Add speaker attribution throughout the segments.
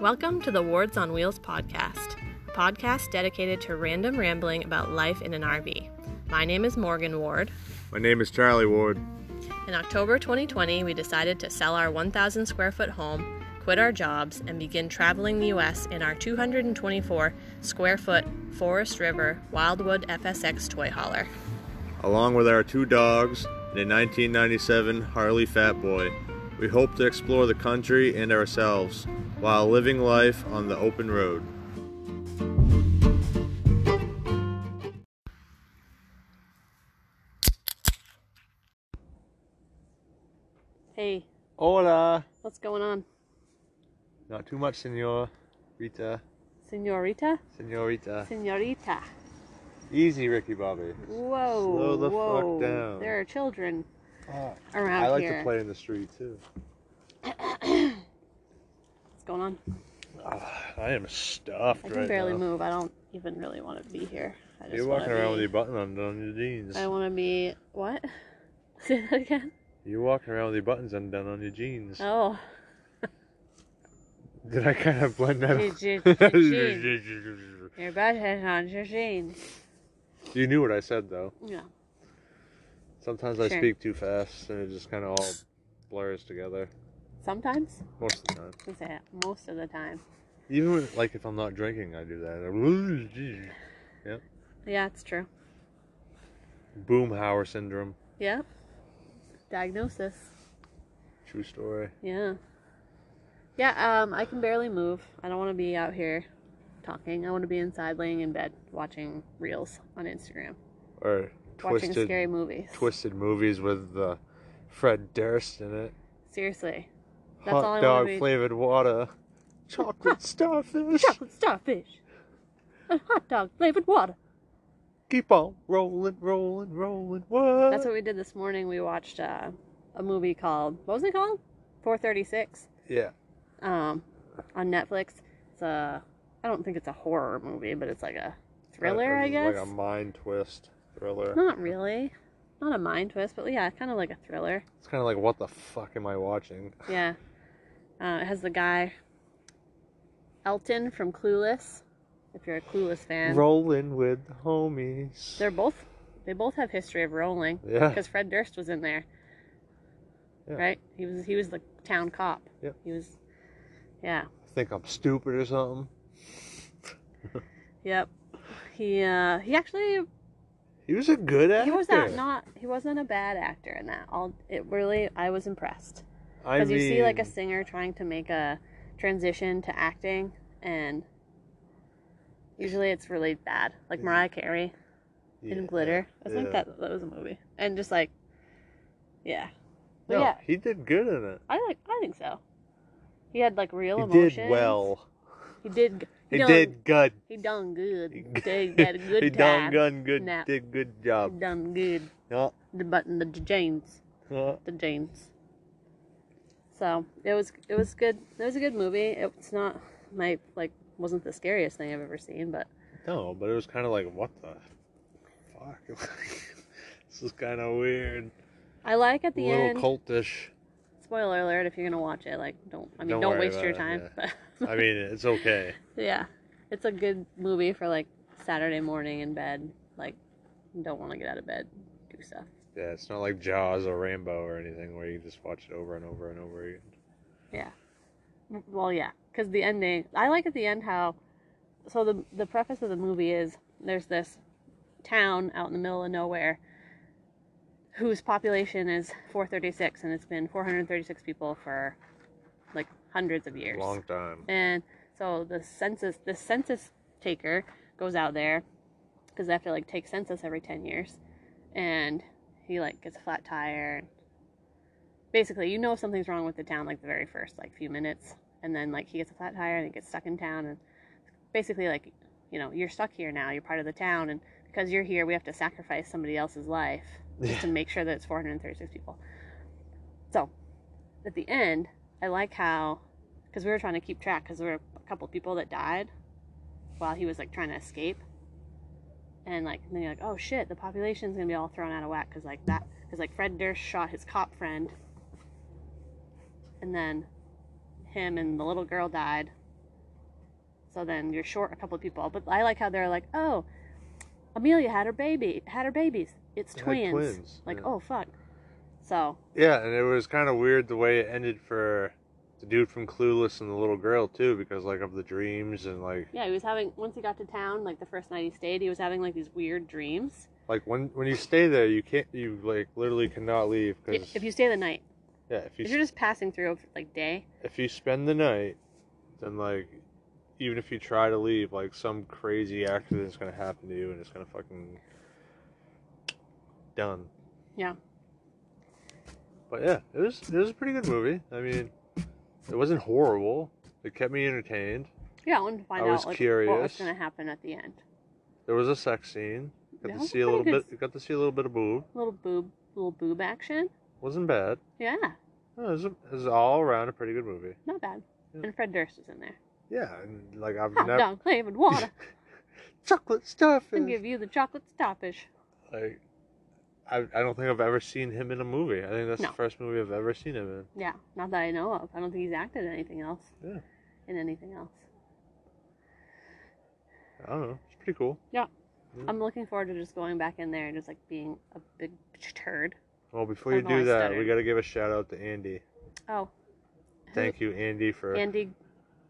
Speaker 1: Welcome to the Wards on Wheels podcast, a podcast dedicated to random rambling about life in an RV. My name is Morgan Ward.
Speaker 2: My name is Charlie Ward.
Speaker 1: In October 2020, we decided to sell our 1,000 square foot home, quit our jobs, and begin traveling the U.S. in our 224 square foot Forest River Wildwood FSX toy hauler.
Speaker 2: Along with our two dogs and a 1997 Harley Fat Boy, we hope to explore the country and ourselves while living life on the open road.
Speaker 1: Hey,
Speaker 2: Hola!
Speaker 1: what's going on?
Speaker 2: Not too much, senor. Rita.
Speaker 1: Senorita?
Speaker 2: Senorita.
Speaker 1: Senorita.
Speaker 2: Easy, Ricky Bobby.
Speaker 1: Whoa.
Speaker 2: Slow the fuck whoa. down. There
Speaker 1: are children
Speaker 2: Fuck.
Speaker 1: around
Speaker 2: I like to play in the street too.
Speaker 1: What's going on?
Speaker 2: I am stuffed
Speaker 1: I
Speaker 2: right
Speaker 1: can barely
Speaker 2: now.
Speaker 1: move. I don't even really want to be here. I just
Speaker 2: You're
Speaker 1: wanna
Speaker 2: walking around
Speaker 1: be,
Speaker 2: with your button undone on your jeans.
Speaker 1: I want to be what? Say that again.
Speaker 2: You're walking around with your buttons undone on your jeans.
Speaker 1: Oh,
Speaker 2: Did I kind of blend that?
Speaker 1: Je- je- je- your bed has on your jeans.
Speaker 2: you knew what I said though.
Speaker 1: Yeah.
Speaker 2: Sometimes I
Speaker 1: Sure.
Speaker 2: speak too fast and it just kind of all blurs together
Speaker 1: Sometimes.
Speaker 2: most of the time.
Speaker 1: I can say that most of the time.
Speaker 2: Even when, like if I'm not drinking, I do that.
Speaker 1: Yeah, it's true.
Speaker 2: Boomhauer syndrome.
Speaker 1: Yeah. Diagnosis.
Speaker 2: True story.
Speaker 1: Yeah. Yeah. Um, I can barely move. I don't want to be out here talking. I want to be inside, laying in bed, watching reels on Instagram,
Speaker 2: Or
Speaker 1: watching
Speaker 2: twisted,
Speaker 1: scary movies.
Speaker 2: twisted movies with uh, Fred Durst in it.
Speaker 1: Seriously. That's all I
Speaker 2: Hot
Speaker 1: wanna
Speaker 2: dog
Speaker 1: be-
Speaker 2: flavored water. Chocolate starfish.
Speaker 1: chocolate starfish and hot dog flavored water.
Speaker 2: Keep on rolling, rolling, rolling. What?
Speaker 1: That's what we did this morning. We watched uh, a movie called what was it called? 436
Speaker 2: yeah.
Speaker 1: um, on Netflix. It's a I don't think it's a horror movie, but it's like a thriller, I
Speaker 2: It's
Speaker 1: guess.
Speaker 2: Like a mind twist thriller.
Speaker 1: Not really, not a mind twist, but yeah, kind of like a thriller.
Speaker 2: It's kind of like, what the fuck am I watching?
Speaker 1: Yeah, uh, it has the guy Elton from Clueless. If you're a Clueless fan,
Speaker 2: Rolling with the homies.
Speaker 1: they're both they both have history of rolling.
Speaker 2: yeah.
Speaker 1: because Fred Durst was in there,
Speaker 2: Yeah.
Speaker 1: right? He was he was the town cop.
Speaker 2: Yep.
Speaker 1: He was, yeah,
Speaker 2: Think I'm stupid or something.
Speaker 1: yep. He uh he actually
Speaker 2: He was a good actor.
Speaker 1: he was not not he wasn't a bad actor in that. All it really I was impressed
Speaker 2: I
Speaker 1: because you see like a
Speaker 2: mean,
Speaker 1: singer trying to make a transition to acting and. Usually it's really bad, like
Speaker 2: Yeah.
Speaker 1: Mariah Carey in
Speaker 2: yeah.
Speaker 1: Glitter. I think
Speaker 2: yeah.
Speaker 1: that that was a movie, and just like, yeah, but
Speaker 2: No,
Speaker 1: yeah,
Speaker 2: he did good in it.
Speaker 1: I like I think so. He had like real
Speaker 2: He
Speaker 1: emotions.
Speaker 2: did well.
Speaker 1: He did. g-
Speaker 2: He
Speaker 1: done-
Speaker 2: did good.
Speaker 1: He done good.
Speaker 2: He
Speaker 1: He had a good
Speaker 2: he
Speaker 1: time.
Speaker 2: done good. good
Speaker 1: Nap.
Speaker 2: Did good
Speaker 1: He
Speaker 2: job.
Speaker 1: done good.
Speaker 2: Yeah.
Speaker 1: The button, the j- jeans,
Speaker 2: yeah.
Speaker 1: the jeans. So it was it was good. It was a good movie. It's not my like wasn't the scariest thing I've ever seen, but
Speaker 2: No, but it was kind of like, what the fuck? this is kind of weird.
Speaker 1: I like at
Speaker 2: A
Speaker 1: the
Speaker 2: little
Speaker 1: end.
Speaker 2: cultish.
Speaker 1: Spoiler alert! If you're gonna watch it, like don't. I mean,
Speaker 2: Don't
Speaker 1: don't,
Speaker 2: worry
Speaker 1: waste
Speaker 2: about
Speaker 1: your
Speaker 2: it,
Speaker 1: time. But,
Speaker 2: I mean, it's okay.
Speaker 1: yeah, it's a good movie for like Saturday morning in bed. Like, you don't want to get out of bed, do stuff.
Speaker 2: Yeah, it's not like Jaws or Rambo or anything where you just watch it over and over and over again.
Speaker 1: Well, yeah, because the ending. I like at the end how. So the the preface of the movie is there's this town out in the middle of nowhere, whose population is 436, and it's been 436 people for, like hundreds of years.
Speaker 2: Long time.
Speaker 1: And so the census the census taker goes out there because they have to like take census every ten years, and he like gets a flat tire. And basically, you know something's wrong with the town like the very first like few minutes, and then like he gets a flat tire and he gets stuck in town, and basically like you know you're stuck here now. You're part of the town, and because you're here, we have to sacrifice somebody else's life just to make sure that it's 436 people. So, at the end, I like how, because we were trying to keep track, because there were a couple people that died while he was like trying to escape, and like and then you're like, oh shit, the population's gonna be all thrown out of whack because like that, because like Fred Durst shot his cop friend, and then him and the little girl died, So then you're short a couple of people. But I like how they're like, oh, Amelia had her baby, had her babies. It's
Speaker 2: They had
Speaker 1: twins.
Speaker 2: twins,
Speaker 1: Like,
Speaker 2: yeah.
Speaker 1: oh fuck. So
Speaker 2: Yeah, and it was kind of weird the way it ended for the dude from Clueless and the little girl too, because like of the dreams and like
Speaker 1: yeah, he was having once he got to town, like the first night he stayed, he was having like these weird dreams.
Speaker 2: like when when you stay there, you can't you like literally cannot leave
Speaker 1: Yeah,
Speaker 2: because
Speaker 1: If you stay the night,
Speaker 2: yeah, if you
Speaker 1: if you're just passing through like day,
Speaker 2: if you spend the night, then like even if you try to leave, like some crazy accident is gonna happen to you and it's gonna fucking done.
Speaker 1: Yeah.
Speaker 2: But yeah, it was it was a pretty good movie. I mean, it wasn't horrible. It kept me entertained.
Speaker 1: yeah, I wanted to find
Speaker 2: I
Speaker 1: out
Speaker 2: was
Speaker 1: like, what was
Speaker 2: curious.
Speaker 1: going to happen at the end.
Speaker 2: There was a sex scene. Got
Speaker 1: That
Speaker 2: to
Speaker 1: was
Speaker 2: see
Speaker 1: pretty
Speaker 2: a little
Speaker 1: good.
Speaker 2: bit. Got to see a little bit of boob.
Speaker 1: Little boob, little boob action.
Speaker 2: Wasn't bad.
Speaker 1: Yeah,
Speaker 2: No, It was, a, it was all around a pretty good movie.
Speaker 1: not bad.
Speaker 2: Yeah.
Speaker 1: And Fred Durst was in there.
Speaker 2: Yeah, and like I've
Speaker 1: Hot
Speaker 2: never
Speaker 1: dog flavored water
Speaker 2: chocolate stuff.
Speaker 1: and give you the chocolate starfish.
Speaker 2: like I, I don't think I've ever seen him in a movie. I think that's
Speaker 1: No.
Speaker 2: the first movie I've ever seen him in.
Speaker 1: Yeah, not that I know of. I don't think he's acted in anything else.
Speaker 2: Yeah.
Speaker 1: In anything else.
Speaker 2: I don't know. It's pretty cool.
Speaker 1: I'm looking forward to just going back in there and just like being a big turd.
Speaker 2: Well, before
Speaker 1: I
Speaker 2: you
Speaker 1: don't know, I
Speaker 2: do that, we
Speaker 1: stuttered.
Speaker 2: got to give a shout out to Andy.
Speaker 1: Oh.
Speaker 2: Thank you, Andy, for.
Speaker 1: Andy, do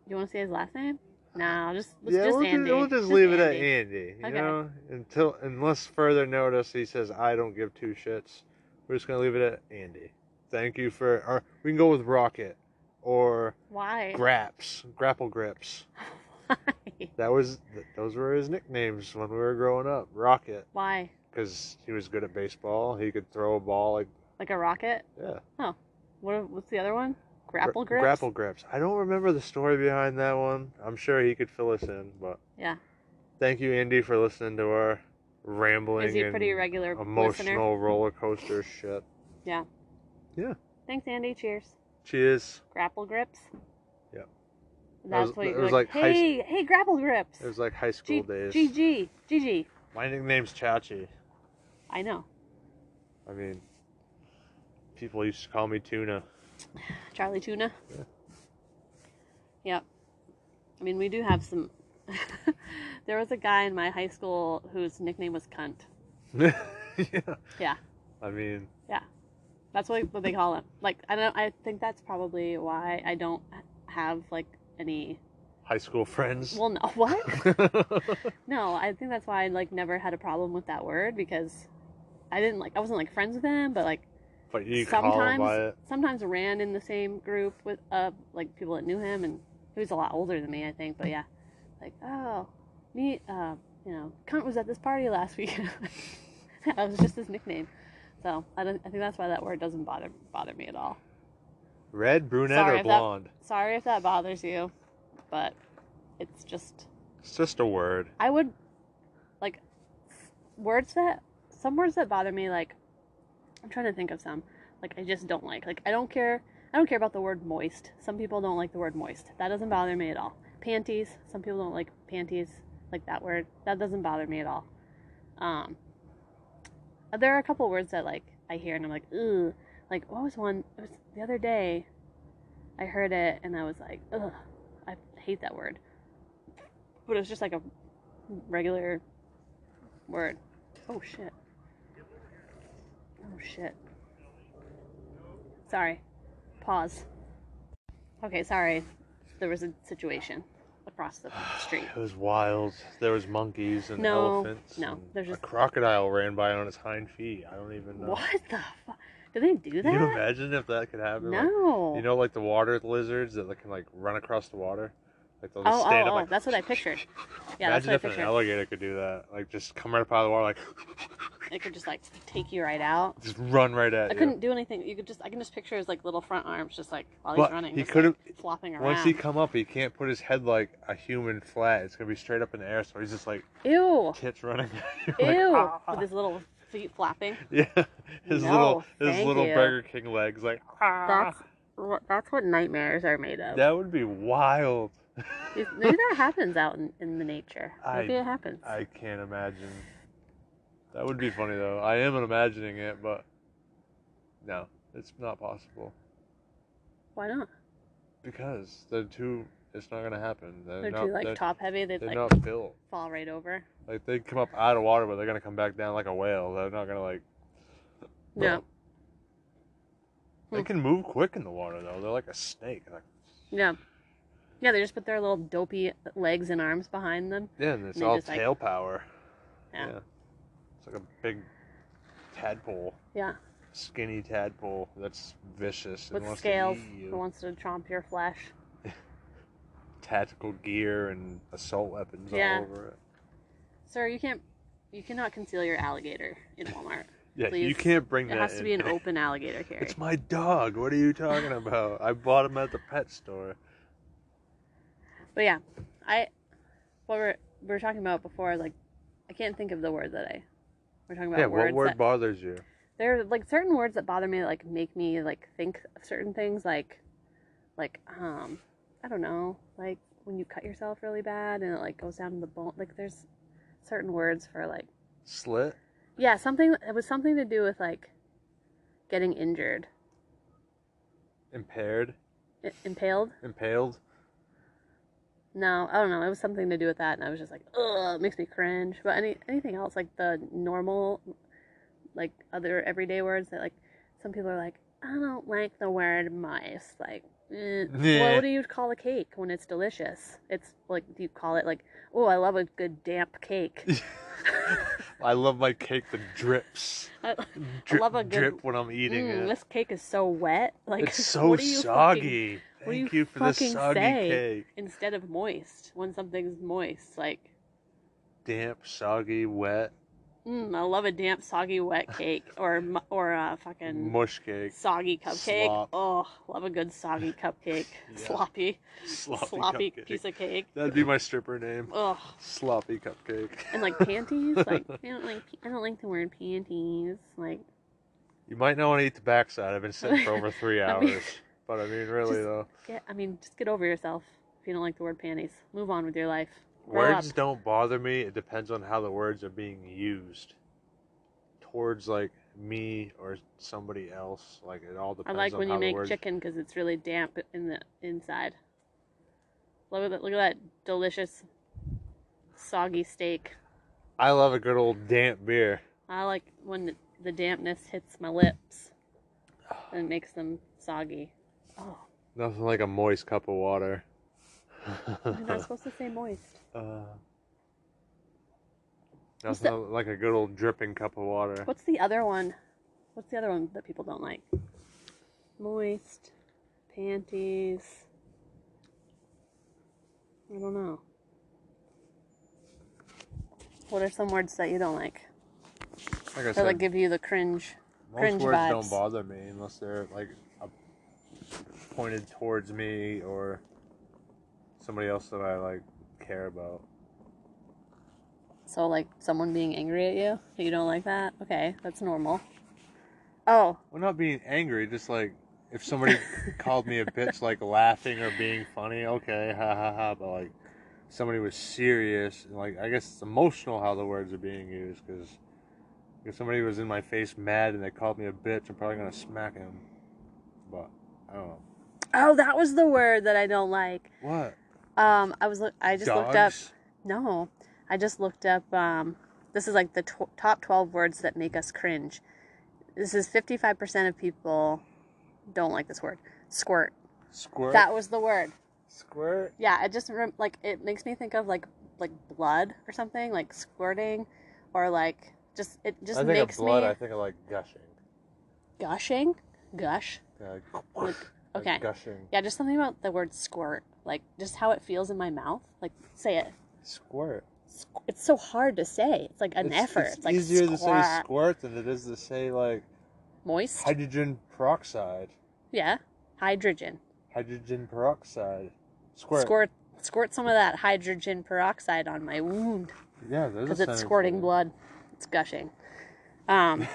Speaker 1: you want to say his last name? No, just let's
Speaker 2: yeah,
Speaker 1: just
Speaker 2: we'll, ju-
Speaker 1: Andy.
Speaker 2: we'll just, leave it
Speaker 1: Andy.
Speaker 2: at Andy. You
Speaker 1: Okay.
Speaker 2: know, until unless further notice, he says I don't give two shits. We're just gonna leave it at Andy. Thank you for. Or we can go with Rocket or
Speaker 1: Why?
Speaker 2: Graps, Grapple Grips.
Speaker 1: Why?
Speaker 2: That was th- those were his nicknames when we were growing up. Rocket.
Speaker 1: Why?
Speaker 2: because he was good at baseball. He could throw a ball like
Speaker 1: Like a rocket?
Speaker 2: yeah,
Speaker 1: What? What's the other one? Grapple
Speaker 2: Gra-
Speaker 1: grips.
Speaker 2: Grapple grips. I don't remember the story behind that one. I'm sure he could fill us in, but
Speaker 1: Yeah.
Speaker 2: Thank you, Andy, for listening to our rambling
Speaker 1: Is he a
Speaker 2: and
Speaker 1: pretty regular
Speaker 2: emotional
Speaker 1: listener?
Speaker 2: roller coaster shit.
Speaker 1: Thanks, Andy. Cheers.
Speaker 2: Cheers.
Speaker 1: Grapple grips.
Speaker 2: Yep.
Speaker 1: That's
Speaker 2: was-
Speaker 1: what
Speaker 2: it
Speaker 1: you're
Speaker 2: was
Speaker 1: like.
Speaker 2: like high s-
Speaker 1: hey, hey, grapple grips.
Speaker 2: It was like high school
Speaker 1: G-
Speaker 2: days.
Speaker 1: GG, GG.
Speaker 2: My nickname's Chachi.
Speaker 1: I know.
Speaker 2: I mean, people used to call me Tuna.
Speaker 1: Charlie Tuna. Yep. I mean, we do have some. there was a guy in my high school whose nickname was Cunt.
Speaker 2: yeah.
Speaker 1: Yeah.
Speaker 2: I mean,
Speaker 1: That's what, what they call him. Like, I don't. I think that's probably why I don't have like any.
Speaker 2: high school friends.
Speaker 1: Well, no. What? No, I think that's why I like never had a problem with that word because I didn't like. I wasn't like friends with him, but like
Speaker 2: but you call them
Speaker 1: sometimes
Speaker 2: by it.
Speaker 1: sometimes ran in the same group with uh like people that knew him and he was a lot older than me I think but yeah like oh me uh you know cunt was at this party last week that was just his nickname so I, don't, I think that's why that word doesn't bother bother me at all
Speaker 2: Red, brunette,
Speaker 1: Sorry
Speaker 2: or
Speaker 1: if that-
Speaker 2: blonde?
Speaker 1: sorry if that bothers you but it's just
Speaker 2: It's just a word.
Speaker 1: I would like words that some words that bother me like I'm trying to think of some like I just don't like. Like I don't care I don't care about the word moist. Some people don't like the word moist. That doesn't bother me at all. Panties, some people don't like panties like that word. That doesn't bother me at all. Um there are a couple words that like I hear and I'm like, "Ugh." Like what was one it was the other day I heard it and I was like, "Ugh, I hate that word." But it was just like a regular word. Oh shit. Oh shit. Sorry. Pause. Okay, sorry. There was a situation across the street.
Speaker 2: It was wild. There was monkeys and
Speaker 1: No,
Speaker 2: elephants.
Speaker 1: no,
Speaker 2: and
Speaker 1: there's
Speaker 2: a
Speaker 1: just-
Speaker 2: crocodile ran by on its hind feet. I don't even know.
Speaker 1: What the fuck? Did they do
Speaker 2: Can you
Speaker 1: that?
Speaker 2: imagine if that could happen? Like,
Speaker 1: No.
Speaker 2: you know, like the water lizards that like, can like run across the water. Like they'll just
Speaker 1: oh, oh,
Speaker 2: stand
Speaker 1: oh,
Speaker 2: up. Like,
Speaker 1: that's what I pictured. Yeah, that's
Speaker 2: imagine
Speaker 1: what I
Speaker 2: if an
Speaker 1: pictured.
Speaker 2: alligator could do that. Like just come right up out of the water, like
Speaker 1: It could just like take you right out.
Speaker 2: just run right at
Speaker 1: I
Speaker 2: you.
Speaker 1: couldn't do anything. You could just I can just picture his like little front arms just like while he's
Speaker 2: But
Speaker 1: running.
Speaker 2: he
Speaker 1: just,
Speaker 2: could've-
Speaker 1: like, flopping around.
Speaker 2: Once he come up, he can't put his head like a human flat. It's gonna be straight up in the air. So he's just like
Speaker 1: Ew.
Speaker 2: tits running. at you,
Speaker 1: Oh. Ew.
Speaker 2: like, "Ah."
Speaker 1: With his little feet flapping.
Speaker 2: Yeah, his
Speaker 1: No,
Speaker 2: little his
Speaker 1: thank
Speaker 2: little
Speaker 1: you.
Speaker 2: Burger King legs, like ah,
Speaker 1: That's wh- that's what nightmares are made of.
Speaker 2: that would be wild.
Speaker 1: Is- Maybe that happens out in, in the nature.
Speaker 2: I-
Speaker 1: Maybe it happens.
Speaker 2: I can't imagine. That would be funny though. I am imagining it, but no, it's not possible
Speaker 1: Why not?
Speaker 2: because they're too. It's not gonna happen. They're,
Speaker 1: They're
Speaker 2: not,
Speaker 1: too like
Speaker 2: they're,
Speaker 1: top heavy. They'd
Speaker 2: they're
Speaker 1: like
Speaker 2: not built.
Speaker 1: fall right over.
Speaker 2: Like they come up out of water, but they're gonna come back down like a whale. They're not gonna like.
Speaker 1: No. Hmm.
Speaker 2: They can move quick in the water though. They're like a snake. Like,
Speaker 1: Yeah. Yeah, they just put their little dopey legs and arms behind them.
Speaker 2: yeah, and it's
Speaker 1: They
Speaker 2: all
Speaker 1: just, like-
Speaker 2: tail power.
Speaker 1: Yeah.
Speaker 2: Yeah. It's like a big tadpole,
Speaker 1: Yeah.
Speaker 2: skinny tadpole that's vicious and
Speaker 1: With
Speaker 2: wants
Speaker 1: scales
Speaker 2: to eat
Speaker 1: who
Speaker 2: you.
Speaker 1: wants to chomp your flesh.
Speaker 2: Tactical gear and assault weapons
Speaker 1: Yeah.
Speaker 2: all over it.
Speaker 1: Sir, you can't you cannot conceal your alligator in Walmart.
Speaker 2: Yeah, you
Speaker 1: Please.
Speaker 2: can't
Speaker 1: It
Speaker 2: bring that.
Speaker 1: has to be
Speaker 2: in.
Speaker 1: an open alligator carry.
Speaker 2: It's my dog. What are you talking about? I bought him at the pet store.
Speaker 1: But yeah, I what we're we were talking about before, like I can't think of the word that I we're talking about
Speaker 2: yeah,
Speaker 1: words
Speaker 2: what word
Speaker 1: that,
Speaker 2: bothers you?
Speaker 1: there are like certain words that bother me that like make me like think of certain things like like um i don't know like when you cut yourself really bad and it like goes down to the bone like there's certain words for like
Speaker 2: Slit?
Speaker 1: yeah something it was something to do with like getting injured
Speaker 2: Impaired?
Speaker 1: I- impaled
Speaker 2: Impaled?
Speaker 1: no i don't know it was something to do with that and i was just like ugh it makes me cringe but any anything else like the normal like other everyday words that like some people are like i don't like the word mice like eh.
Speaker 2: Yeah.
Speaker 1: Well, what do you call a cake when it's delicious? It's like do you call it like, oh, I love a good damp cake.
Speaker 2: I love my cake that drips.
Speaker 1: I,
Speaker 2: Drip,
Speaker 1: love a good-
Speaker 2: drip when I'm eating
Speaker 1: mm,
Speaker 2: it.
Speaker 1: this cake is so wet. Like
Speaker 2: It's so
Speaker 1: what do you fucking-
Speaker 2: soggy.
Speaker 1: what do
Speaker 2: Thank
Speaker 1: you
Speaker 2: you for this
Speaker 1: fucking
Speaker 2: soggy
Speaker 1: say?
Speaker 2: cake.
Speaker 1: instead of moist, when something's moist, like,
Speaker 2: Damp, soggy, wet,
Speaker 1: mm, I love a damp, soggy, wet cake, or mu- or a fucking
Speaker 2: mush cake,
Speaker 1: soggy cupcake.
Speaker 2: Slop.
Speaker 1: Oh, love a good soggy cupcake.
Speaker 2: Yeah.
Speaker 1: Sloppy,
Speaker 2: sloppy,
Speaker 1: sloppy
Speaker 2: cupcake.
Speaker 1: piece of cake.
Speaker 2: That'd be my stripper name.
Speaker 1: Ugh.
Speaker 2: Sloppy cupcake.
Speaker 1: And like panties, like I don't like I don't like the word panties. Like
Speaker 2: You might not want to eat the backside. I've been sitting for over three
Speaker 1: I
Speaker 2: hours.
Speaker 1: mean-
Speaker 2: but I mean, really
Speaker 1: Just-
Speaker 2: though,
Speaker 1: Get, I mean, just get over yourself if you don't like the word panties. Move on with your life. Grow
Speaker 2: words
Speaker 1: up.
Speaker 2: don't bother me. It depends on how the words are being used towards like me or somebody else. Like it all
Speaker 1: I
Speaker 2: depends
Speaker 1: like
Speaker 2: on
Speaker 1: when
Speaker 2: how
Speaker 1: you
Speaker 2: the
Speaker 1: make
Speaker 2: words.
Speaker 1: chicken because it's really damp in the inside. Look at that! Look at that delicious, soggy steak.
Speaker 2: I love a good old damp beer.
Speaker 1: I like when the, the dampness hits my lips and makes them soggy. Oh,
Speaker 2: Nothing like a moist cup of water.
Speaker 1: you're not supposed to say moist.
Speaker 2: Uh,
Speaker 1: What's
Speaker 2: nothing like a good old dripping cup of water.
Speaker 1: What's the other one? What's the other one that people don't like? Moist, panties. I don't know. What are some words that you don't like?
Speaker 2: Like I
Speaker 1: That
Speaker 2: said,
Speaker 1: like give you the cringe.
Speaker 2: Most
Speaker 1: cringe
Speaker 2: words
Speaker 1: vibes.
Speaker 2: don't bother me unless they're like a- pointed towards me or somebody else that I like care about.
Speaker 1: So like someone being angry at you, you don't like that. Okay, that's normal. Oh,
Speaker 2: Well, not being angry, just like if somebody called me a bitch, like laughing or being funny, okay, ha ha ha. But like somebody was serious, and like I guess it's emotional how the words are being used because if somebody was in my face mad and they called me a bitch, I'm probably gonna smack him. But I don't know
Speaker 1: oh, that was the word that I don't like.
Speaker 2: what.
Speaker 1: Um, I was look. I just looked up.
Speaker 2: Dogs?
Speaker 1: No, I just looked up. Um, this is like the tw- top 12 words that make us cringe. This is 55% of people don't like this word. Squirt.
Speaker 2: Squirt.
Speaker 1: That was the word.
Speaker 2: Squirt.
Speaker 1: Yeah, it just rem- like it makes me think of like like blood or something like squirting, or like just it just
Speaker 2: I think
Speaker 1: makes
Speaker 2: of blood.
Speaker 1: me
Speaker 2: I think of like gushing.
Speaker 1: gushing, gush.
Speaker 2: Like,
Speaker 1: okay.
Speaker 2: Like gushing.
Speaker 1: Yeah, just something about the word squirt, like just how it feels in my mouth. Like say it.
Speaker 2: Squirt.
Speaker 1: Squ- It's so hard to say. It's like an
Speaker 2: It's-
Speaker 1: effort.
Speaker 2: It's,
Speaker 1: like
Speaker 2: easier to say
Speaker 1: squar-
Speaker 2: squirt than it is to say like
Speaker 1: moist.
Speaker 2: hydrogen peroxide.
Speaker 1: Yeah, hydrogen.
Speaker 2: Hydrogen peroxide. Squirt.
Speaker 1: Squirt, squirt some of that hydrogen peroxide on my wound
Speaker 2: Yeah, there's a
Speaker 1: because it's
Speaker 2: sentence
Speaker 1: squirting
Speaker 2: there.
Speaker 1: blood. It's gushing. Um,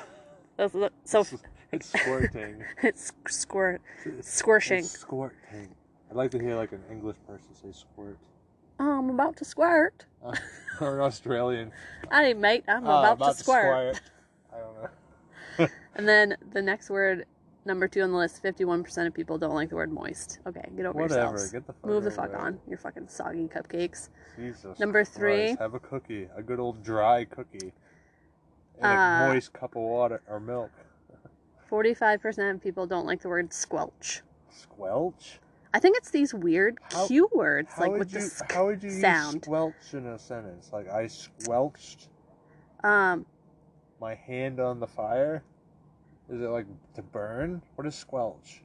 Speaker 1: those are the- so
Speaker 2: It's squirting.
Speaker 1: it's squirt, squirting.
Speaker 2: It's squirting. I'd like to hear like an English person say squirt.
Speaker 1: Oh, I'm about to squirt.
Speaker 2: Uh, or an Australian.
Speaker 1: Hey, mate, I'm
Speaker 2: "Oh,
Speaker 1: about, to, squirt.
Speaker 2: squirt. I don't know.
Speaker 1: And then the next word Number two on the list, 51% of people don't like the word moist. Okay, get over
Speaker 2: Whatever.
Speaker 1: yourselves.
Speaker 2: Get the fuck
Speaker 1: Move the
Speaker 2: over
Speaker 1: fuck
Speaker 2: it.
Speaker 1: on. Your fucking soggy cupcakes.
Speaker 2: Jesus.
Speaker 1: Number three.
Speaker 2: Christ, Have a cookie. A good old dry cookie. And
Speaker 1: Uh,
Speaker 2: a moist cup of water or milk.
Speaker 1: 45% of people don't like the word squelch.
Speaker 2: Squelch?
Speaker 1: I think it's these weird
Speaker 2: How-
Speaker 1: Q words,
Speaker 2: How
Speaker 1: like
Speaker 2: would
Speaker 1: with
Speaker 2: you
Speaker 1: the sk-
Speaker 2: how would you
Speaker 1: sound.
Speaker 2: use squelch in a sentence? Like I squelched
Speaker 1: um,
Speaker 2: my hand on the fire? Is it like to burn? What is squelch?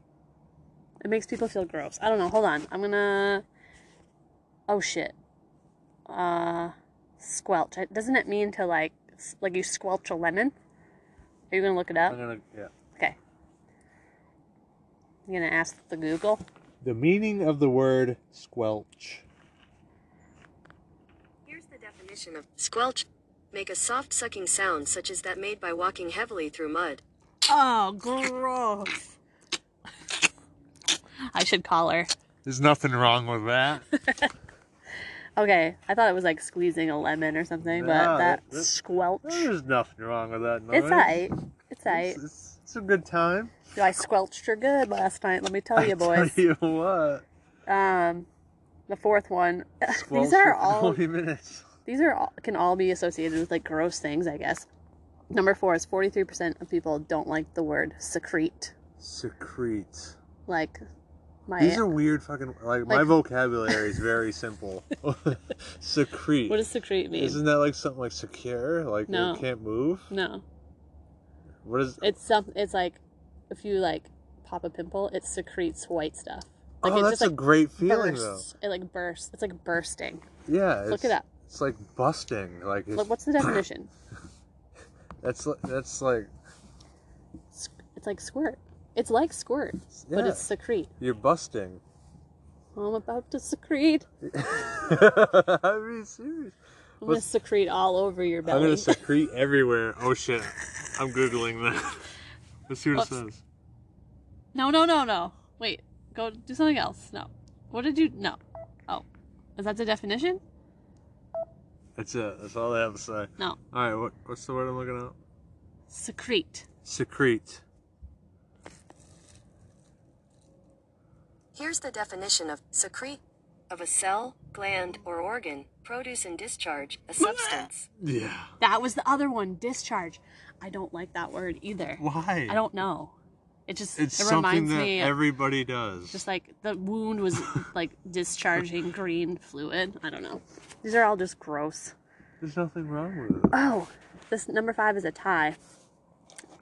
Speaker 1: It makes people feel gross. I don't know. Hold on. I'm gonna. Oh shit. Uh, squelch. I- Doesn't it mean to like s- like you squelch a lemon? Are you gonna look it
Speaker 2: I'm
Speaker 1: up?
Speaker 2: gonna yeah.
Speaker 1: Okay. You gonna ask the Google?
Speaker 2: The meaning of the word squelch.
Speaker 3: Here's the definition of squelch. Make a soft sucking sound such as that made by walking heavily through mud.
Speaker 1: Oh, gross. I should call her.
Speaker 2: There's nothing wrong with that.
Speaker 1: Okay, I thought it was like squeezing a lemon or something,
Speaker 2: No,
Speaker 1: but that
Speaker 2: that- that-
Speaker 1: squelch.
Speaker 2: There's nothing wrong with that.
Speaker 1: It's
Speaker 2: noise.
Speaker 1: aight. It's aight.
Speaker 2: It's, it's, it's a good time.
Speaker 1: I squelched her good last night. Let me tell you,
Speaker 2: I tell
Speaker 1: boys.
Speaker 2: you what.
Speaker 1: Um, the fourth one.
Speaker 2: squelch
Speaker 1: these are
Speaker 2: for
Speaker 1: all.
Speaker 2: 20 minutes.
Speaker 1: These are all, can all be associated with like gross things, I guess. Number four is forty three percent of people don't like the word secrete.
Speaker 2: Secrete.
Speaker 1: Like, my
Speaker 2: These are weird fucking like my
Speaker 1: Like-
Speaker 2: vocabulary is very simple. Secrete.
Speaker 1: what does secrete mean?
Speaker 2: Isn't that like something like secure? Like
Speaker 1: No.
Speaker 2: it can't move?
Speaker 1: no,
Speaker 2: What is
Speaker 1: it's some. It's like if you like pop a pimple, it secretes white stuff. Like
Speaker 2: Oh,
Speaker 1: it
Speaker 2: that's
Speaker 1: just
Speaker 2: a
Speaker 1: like
Speaker 2: great feeling
Speaker 1: bursts. It like bursts. It's like bursting.
Speaker 2: though. Yeah.
Speaker 1: Look
Speaker 2: it's-
Speaker 1: it up.
Speaker 2: It's like busting. Like it's,
Speaker 1: Like, what's the definition?
Speaker 2: that's li- that's like
Speaker 1: It's, it's like squirt. It's like squirt, but
Speaker 2: Yeah.
Speaker 1: it's secrete.
Speaker 2: you're busting.
Speaker 1: I'm about to secrete.
Speaker 2: I mean serious.
Speaker 1: I'm gonna secrete all over your
Speaker 2: I'm
Speaker 1: belly.
Speaker 2: gonna secrete everywhere. Oh shit. I'm googling that. Let's see what it
Speaker 1: Whoops.
Speaker 2: says.
Speaker 1: no, no, no, no. Wait, go do something else. No. What did you? No. Oh, is that the definition?
Speaker 2: That's it. That's all they have to say.
Speaker 1: No.
Speaker 2: Alright, what, what's the word I'm looking at?
Speaker 1: Secrete.
Speaker 2: Secrete.
Speaker 3: Here's the definition of secrete of a cell, gland, or organ, produce and discharge, a substance.
Speaker 2: Yeah.
Speaker 1: That was the other one. Discharge. I don't like that word either.
Speaker 2: Why?
Speaker 1: I don't know. It just
Speaker 2: It's
Speaker 1: it
Speaker 2: something
Speaker 1: reminds
Speaker 2: that
Speaker 1: me.
Speaker 2: everybody does.
Speaker 1: just like the wound was like discharging green fluid. I don't know. These are all just gross.
Speaker 2: There's nothing wrong with it.
Speaker 1: Oh, this number five is a tie.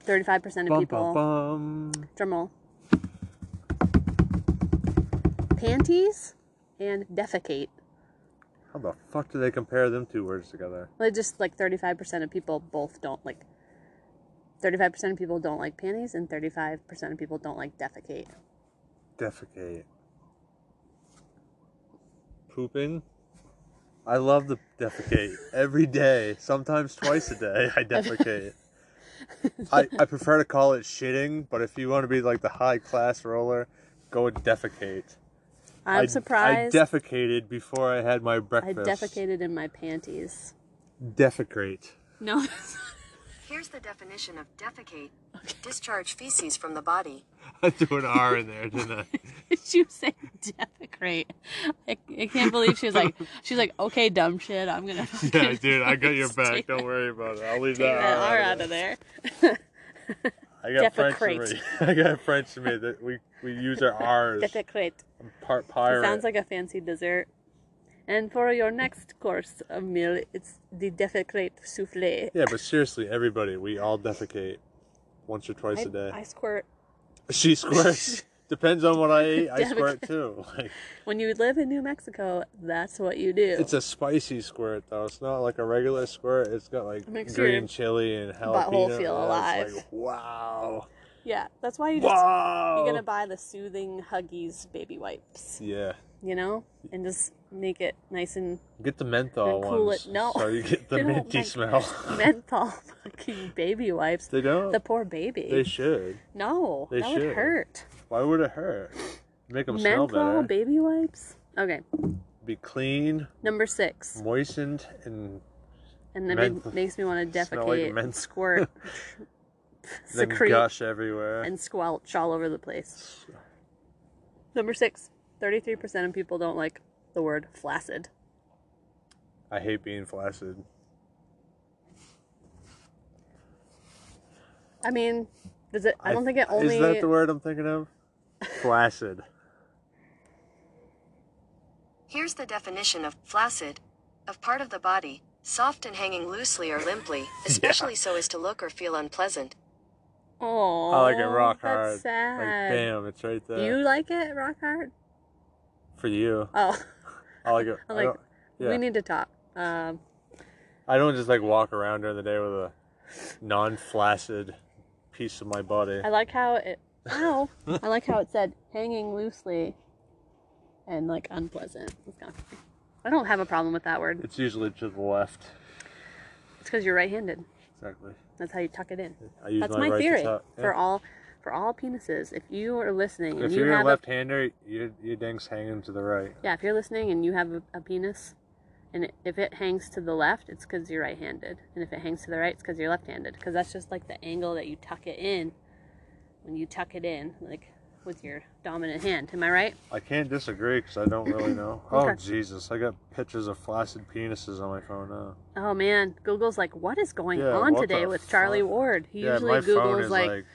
Speaker 1: Thirty-five percent of
Speaker 2: Bum,
Speaker 1: people.
Speaker 2: bum, bum.
Speaker 1: Drumroll. Panties and defecate.
Speaker 2: How the fuck do they compare them two words together?
Speaker 1: Like just like 35% of people both don't like. 35% of people don't like panties, and 35% of people don't like defecate.
Speaker 2: Defecate. Pooping. I love to defecate every day, sometimes twice a day. I defecate. I, I prefer to call it shitting, but if you want to be like the high class roller, go with defecate.
Speaker 1: I'm
Speaker 2: I-
Speaker 1: surprised.
Speaker 2: I
Speaker 1: I,
Speaker 2: defecated before I had my breakfast.
Speaker 1: defecated in my panties.
Speaker 2: Defecate.
Speaker 1: No.
Speaker 3: Here's the definition of defecate discharge feces from the body.
Speaker 2: I threw an R in there, didn't I?
Speaker 1: Did you say defecate? I, I can't believe she was like, she's like, okay, dumb shit, I'm gonna.
Speaker 2: Yeah,
Speaker 1: fucking
Speaker 2: dude, I got your
Speaker 1: take
Speaker 2: back.
Speaker 1: that-
Speaker 2: Don't worry about it. I'll leave
Speaker 1: Take
Speaker 2: that
Speaker 1: that
Speaker 2: R
Speaker 1: R
Speaker 2: out
Speaker 1: out
Speaker 2: of
Speaker 1: of
Speaker 2: there.
Speaker 1: there.
Speaker 2: I got French in
Speaker 1: Defecrate.
Speaker 2: me. I got French in me that we we use our R's.
Speaker 1: Defecate.
Speaker 2: I'm part
Speaker 1: It
Speaker 2: pirate.
Speaker 1: sounds like a fancy dessert. And for your next course of meal, it's the defecate souffle.
Speaker 2: yeah, but seriously, everybody, we all defecate once or twice a day.
Speaker 1: I, I squirt.
Speaker 2: she squirts. Depends on what I eat. I
Speaker 1: Defecate.
Speaker 2: squirt too. Like,
Speaker 1: When you live in New Mexico, that's what you do.
Speaker 2: it's a spicy squirt though. It's not like a regular squirt. It's got like
Speaker 1: Makes
Speaker 2: green
Speaker 1: your
Speaker 2: chili and jalapeno.
Speaker 1: butthole feel
Speaker 2: Yeah, it's
Speaker 1: alive.
Speaker 2: like, wow.
Speaker 1: yeah, that's why you just
Speaker 2: Wow.
Speaker 1: you're gonna buy the soothing Huggies baby wipes,
Speaker 2: yeah.
Speaker 1: you know, and just make it nice and
Speaker 2: Get the menthol
Speaker 1: And cool
Speaker 2: ones.
Speaker 1: it- no. Oh
Speaker 2: So you get the
Speaker 1: They don't
Speaker 2: minty
Speaker 1: like-
Speaker 2: smell.
Speaker 1: menthol fucking baby wipes.
Speaker 2: they don't.
Speaker 1: The poor baby.
Speaker 2: They should.
Speaker 1: no,
Speaker 2: they
Speaker 1: that
Speaker 2: should.
Speaker 1: would hurt.
Speaker 2: Why would it hurt? Make them smell
Speaker 1: Menthol
Speaker 2: better.
Speaker 1: baby wipes. Okay,
Speaker 2: Be clean,
Speaker 1: number six,
Speaker 2: moistened, and
Speaker 1: and then it
Speaker 2: Menth-
Speaker 1: makes me want to
Speaker 2: smell like
Speaker 1: defecate,
Speaker 2: menth.
Speaker 1: squirt,
Speaker 2: Then
Speaker 1: secrete
Speaker 2: gush everywhere.
Speaker 1: and squelch all over the place. Number six 33% of people don't like the word flaccid.
Speaker 2: I hate being flaccid.
Speaker 1: I mean, does it? I don't think it only.
Speaker 2: Is that the word I'm thinking of? Flaccid.
Speaker 3: Here's the definition of flaccid of part of the body, soft and hanging loosely or limply, especially so as to look or feel unpleasant.
Speaker 1: Oh,
Speaker 2: I like it rock hard.
Speaker 1: That's sad.
Speaker 2: Like bam, it's right there.
Speaker 1: You like it rock hard?
Speaker 2: For you.
Speaker 1: Oh,
Speaker 2: I like it.
Speaker 1: I
Speaker 2: I,
Speaker 1: like-
Speaker 2: don't, yeah.
Speaker 1: we need to talk. Um,
Speaker 2: I don't just like walk around during the day with a non flaccid piece of my body.
Speaker 1: I like how it. Ow! I like how it said hanging loosely, and like unpleasant. That's kind of funny. I don't have a problem with that word.
Speaker 2: It's usually to the left.
Speaker 1: It's because you're right-handed.
Speaker 2: Exactly.
Speaker 1: That's how you tuck it in.
Speaker 2: I use
Speaker 1: That's
Speaker 2: my,
Speaker 1: my
Speaker 2: right
Speaker 1: theory
Speaker 2: to tuck.
Speaker 1: for
Speaker 2: Yeah.
Speaker 1: all for all penises. If you are listening, and
Speaker 2: If
Speaker 1: you
Speaker 2: you're a
Speaker 1: have a-
Speaker 2: left hander, your, your ding's hanging to the right.
Speaker 1: yeah, if you're listening and you have a, a penis, and it, if it hangs to the left, it's because you're right-handed, and if it hangs to the right, it's because you're left-handed. Because that's just like the angle that you tuck it in. When you tuck it in, like with your dominant hand, am I right?
Speaker 2: I can't disagree because I don't really know.
Speaker 1: Okay.
Speaker 2: Oh, Jesus. I got pictures of flaccid penises on my phone now.
Speaker 1: Oh man, Google's like, what is going
Speaker 2: Yeah,
Speaker 1: on
Speaker 2: what
Speaker 1: today
Speaker 2: the
Speaker 1: with Charlie
Speaker 2: fuck?
Speaker 1: Ward? He
Speaker 2: yeah,
Speaker 1: usually
Speaker 2: my phone
Speaker 1: Googles
Speaker 2: is
Speaker 1: like,
Speaker 2: like,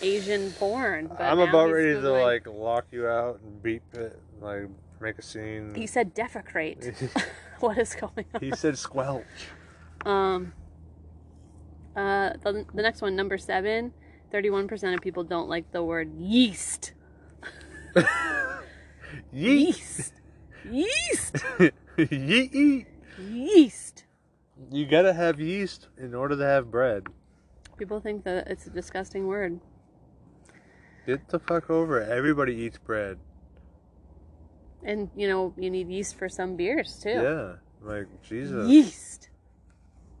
Speaker 1: Asian porn. But
Speaker 2: I'm
Speaker 1: now
Speaker 2: about
Speaker 1: he's
Speaker 2: ready to
Speaker 1: Googling-
Speaker 2: like lock you out and beat it, like make a scene.
Speaker 1: He said defecrate. what is going on?
Speaker 2: he said squelch.
Speaker 1: Um, uh, the, the next one, number seven, 31% of people don't like the word yeast.
Speaker 2: Yeet.
Speaker 1: Yeast. yeast.
Speaker 2: Yeet.
Speaker 1: Yeast.
Speaker 2: You gotta have yeast in order to have bread.
Speaker 1: People think that it's a disgusting word.
Speaker 2: Get the fuck over it. Everybody eats bread.
Speaker 1: And, you know, you need yeast for some beers too.
Speaker 2: Yeah. Like, Jesus.
Speaker 1: Yeast.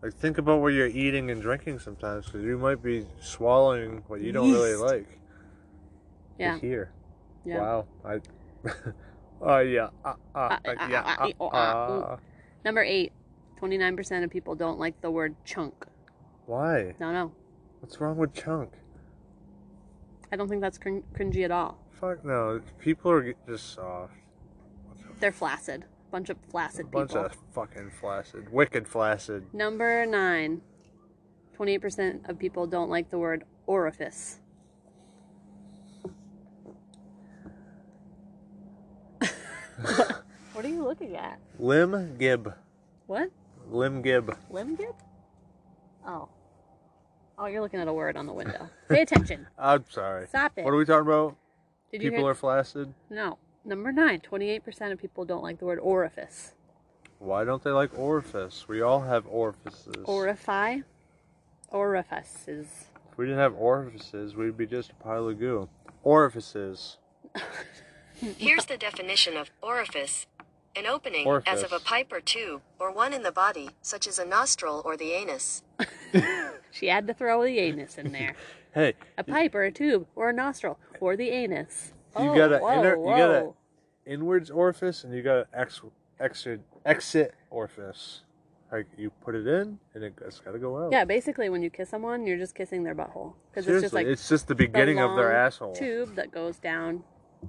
Speaker 2: Like, think about what you're eating and drinking sometimes because you might be swallowing what you don't really
Speaker 1: Yeast.
Speaker 2: like.
Speaker 1: Yeah.
Speaker 2: Here.
Speaker 1: Yeah.
Speaker 2: Wow. I. Oh yeah. Uh, uh, uh,
Speaker 1: uh,
Speaker 2: yeah.
Speaker 1: uh, uh,
Speaker 2: Uh,
Speaker 1: uh,
Speaker 2: uh.
Speaker 1: Number eight, 29% of people don't like the word chunk.
Speaker 2: Why?
Speaker 1: No, no.
Speaker 2: What's wrong with chunk?
Speaker 1: I don't think that's cring- cringy at all.
Speaker 2: Fuck no. People are just soft.
Speaker 1: They're flaccid. Bunch of flaccid
Speaker 2: A bunch
Speaker 1: people.
Speaker 2: of fucking flaccid. Wicked flaccid.
Speaker 1: Number nine, 28% of people don't like the word orifice. what are you looking at?
Speaker 2: Lim Gib.
Speaker 1: What?
Speaker 2: Lim Gib.
Speaker 1: Limb gib? Oh. Oh, you're looking at a word on the window. Pay attention.
Speaker 2: I'm sorry.
Speaker 1: Stop it.
Speaker 2: What are we talking about?
Speaker 1: Did you
Speaker 2: People
Speaker 1: hear?
Speaker 2: are flaccid.
Speaker 1: No. Number nine, 28% of people don't like the word orifice.
Speaker 2: Why don't they like orifice? We all have orifices.
Speaker 1: Orify? Orifices.
Speaker 2: if we didn't have orifices, we'd be just a pile of goo. Orifices.
Speaker 3: Here's the definition of orifice an opening, as of a
Speaker 2: Orifice.
Speaker 3: pipe or tube, or one in the body, such as a nostril or the anus.
Speaker 1: She had to throw the anus in there.
Speaker 2: Hey,
Speaker 1: a pipe or a tube or a nostril or the anus. Oh,
Speaker 2: You got a inner- you got a- inwards orifice and you got an ex, exit exit orifice. Like you put it in and it, it's got to go out.
Speaker 1: Yeah, basically, when you kiss someone, you're just kissing their butthole because
Speaker 2: Seriously,
Speaker 1: it's just like
Speaker 2: the
Speaker 1: the
Speaker 2: beginning of their
Speaker 1: long
Speaker 2: asshole.
Speaker 1: Tube that goes down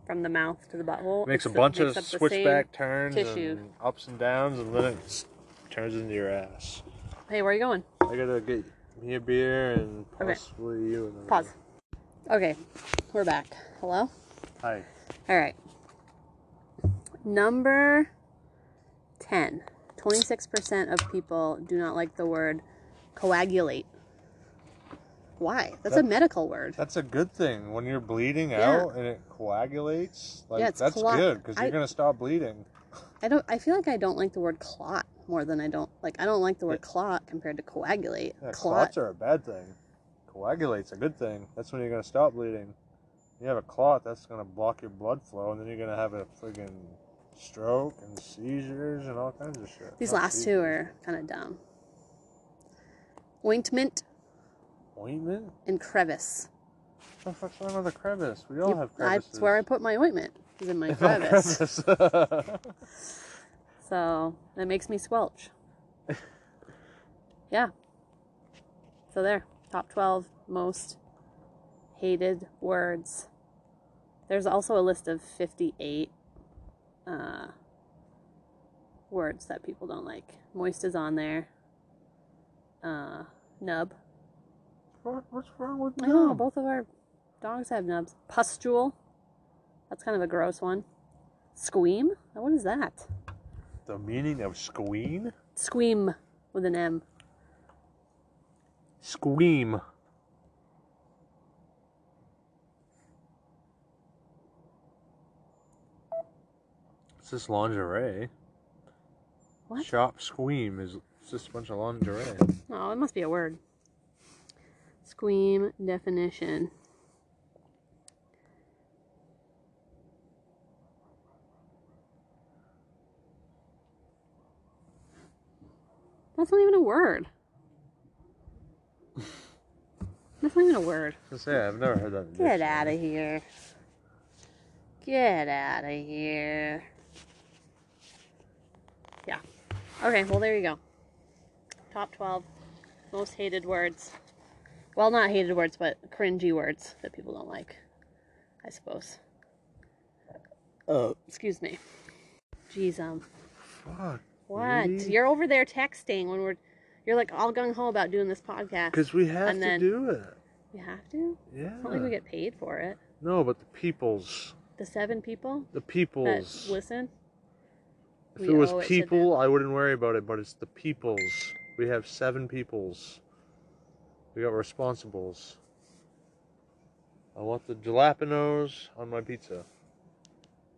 Speaker 1: from the mouth to the butthole.
Speaker 2: makes a
Speaker 1: So-
Speaker 2: bunch
Speaker 1: makes
Speaker 2: of
Speaker 1: up the same-
Speaker 2: switchback turns
Speaker 1: tissue.
Speaker 2: and ups and downs, and then it s- turns into your ass.
Speaker 1: Hey, where are you going?
Speaker 2: I gotta get me a beer and
Speaker 1: Okay.
Speaker 2: possibly you. Another.
Speaker 1: Pause. Okay, we're back. Hello.
Speaker 2: Hi.
Speaker 1: All right. Number 10. 26% of people do not like the word coagulate. Why? That's a
Speaker 2: That-
Speaker 1: medical word.
Speaker 2: That's a good thing when you're bleeding
Speaker 1: Yeah.
Speaker 2: out and it coagulates. Like
Speaker 1: Yeah, it's
Speaker 2: that's
Speaker 1: clot-
Speaker 2: good because
Speaker 1: I-
Speaker 2: you're gonna stop bleeding.
Speaker 1: I don't I feel like I don't like the word clot more than I don't like I don't like the word clot compared to coagulate.
Speaker 2: Yeah,
Speaker 1: clot.
Speaker 2: clots are a bad thing. Coagulate's a good thing. That's when you're gonna stop bleeding. You have a clot that's gonna block your blood flow, and then you're gonna have a friggin' stroke and seizures and all kinds of shit.
Speaker 1: These
Speaker 2: Not
Speaker 1: last two
Speaker 2: seizures.
Speaker 1: are kind of dumb. Ointment
Speaker 2: ointment.
Speaker 1: and crevice.
Speaker 2: What the fuck's wrong with a crevice? We all
Speaker 1: You-
Speaker 2: have crevices.
Speaker 1: that's where I put my ointment. Is in my
Speaker 2: My
Speaker 1: crevice.
Speaker 2: crevice.
Speaker 1: So that makes me squelch. yeah. So there, top 12 most hated words. There's also a list of 58 uh, words that people don't like. Moist is on there. Uh, nub.
Speaker 2: What, what's wrong with
Speaker 1: I don't know. Both of our dogs have nubs. Pustule. That's kind of a gross one. Squeam. Now, What is that?
Speaker 2: The meaning of squeen?
Speaker 1: Squeam with an M.
Speaker 2: Squeam. It's just lingerie.
Speaker 1: What?
Speaker 2: Shop squeam is it's just a bunch of lingerie.
Speaker 1: Oh, it must be a word. Squeam definition. That's not even a word. That's not even a word.
Speaker 2: I was gonna say, I've never heard that. in
Speaker 1: Get
Speaker 2: dictionary.
Speaker 1: out of here. Get out of here. Yeah. Okay, well, there you go. Top 12 most hated words. Well, not hated words, but cringy words that people don't like, I suppose. Oh. Excuse me. Jeez, um.
Speaker 2: Fuck.
Speaker 1: What?
Speaker 2: Mm-hmm.
Speaker 1: You're over there texting when we're. You're like all gung ho about doing this podcast.
Speaker 2: Because we have
Speaker 1: And
Speaker 2: to
Speaker 1: then-
Speaker 2: do it.
Speaker 1: you have to?
Speaker 2: Yeah.
Speaker 1: It's not like we get paid for it.
Speaker 2: No, but the people's.
Speaker 1: The seven people
Speaker 2: The
Speaker 1: that
Speaker 2: people's.
Speaker 1: listen.
Speaker 2: if
Speaker 1: we
Speaker 2: it was
Speaker 1: owe it to
Speaker 2: people, I wouldn't worry about it, but it's the people's. We have seven people's. We got responsibles. I want the jalapenos on my pizza.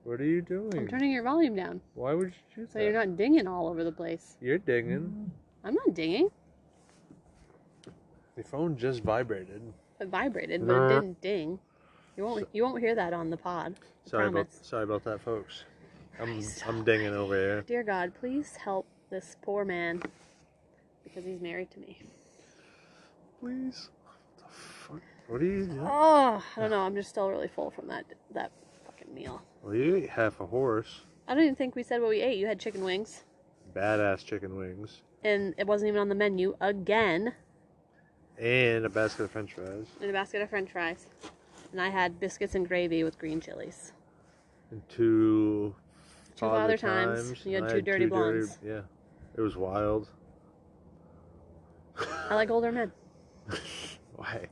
Speaker 2: What are you doing?
Speaker 1: I'm turning your volume down
Speaker 2: Why would you do
Speaker 1: so
Speaker 2: that?
Speaker 1: you're Mm. not dinging all over the place.
Speaker 2: You're dinging.
Speaker 1: I'm not dinging.
Speaker 2: The phone just vibrated.
Speaker 1: It vibrated, but it didn't ding. You won't you won't hear that on the pod. I
Speaker 2: Sorry about,
Speaker 1: promise.
Speaker 2: sorry about that, folks. I'm, I'm dinging over here.
Speaker 1: Dear God, please help this poor man because he's married to me.
Speaker 2: Please. What the fuck? What are you doing?
Speaker 1: Oh, I don't know. I'm just still really full from that that fucking meal.
Speaker 2: Well, you ate half a horse.
Speaker 1: I don't even think we said what we ate. You had chicken wings,
Speaker 2: Badass chicken wings.
Speaker 1: and it wasn't even on the menu again.
Speaker 2: And a basket of french fries.
Speaker 1: And a basket of French fries, and I had biscuits and gravy with green chilies.
Speaker 2: And two.
Speaker 1: Two Father Times, you had
Speaker 2: and I
Speaker 1: two Dirty Blondes.
Speaker 2: yeah. It was wild.
Speaker 1: I like older men.
Speaker 2: Why?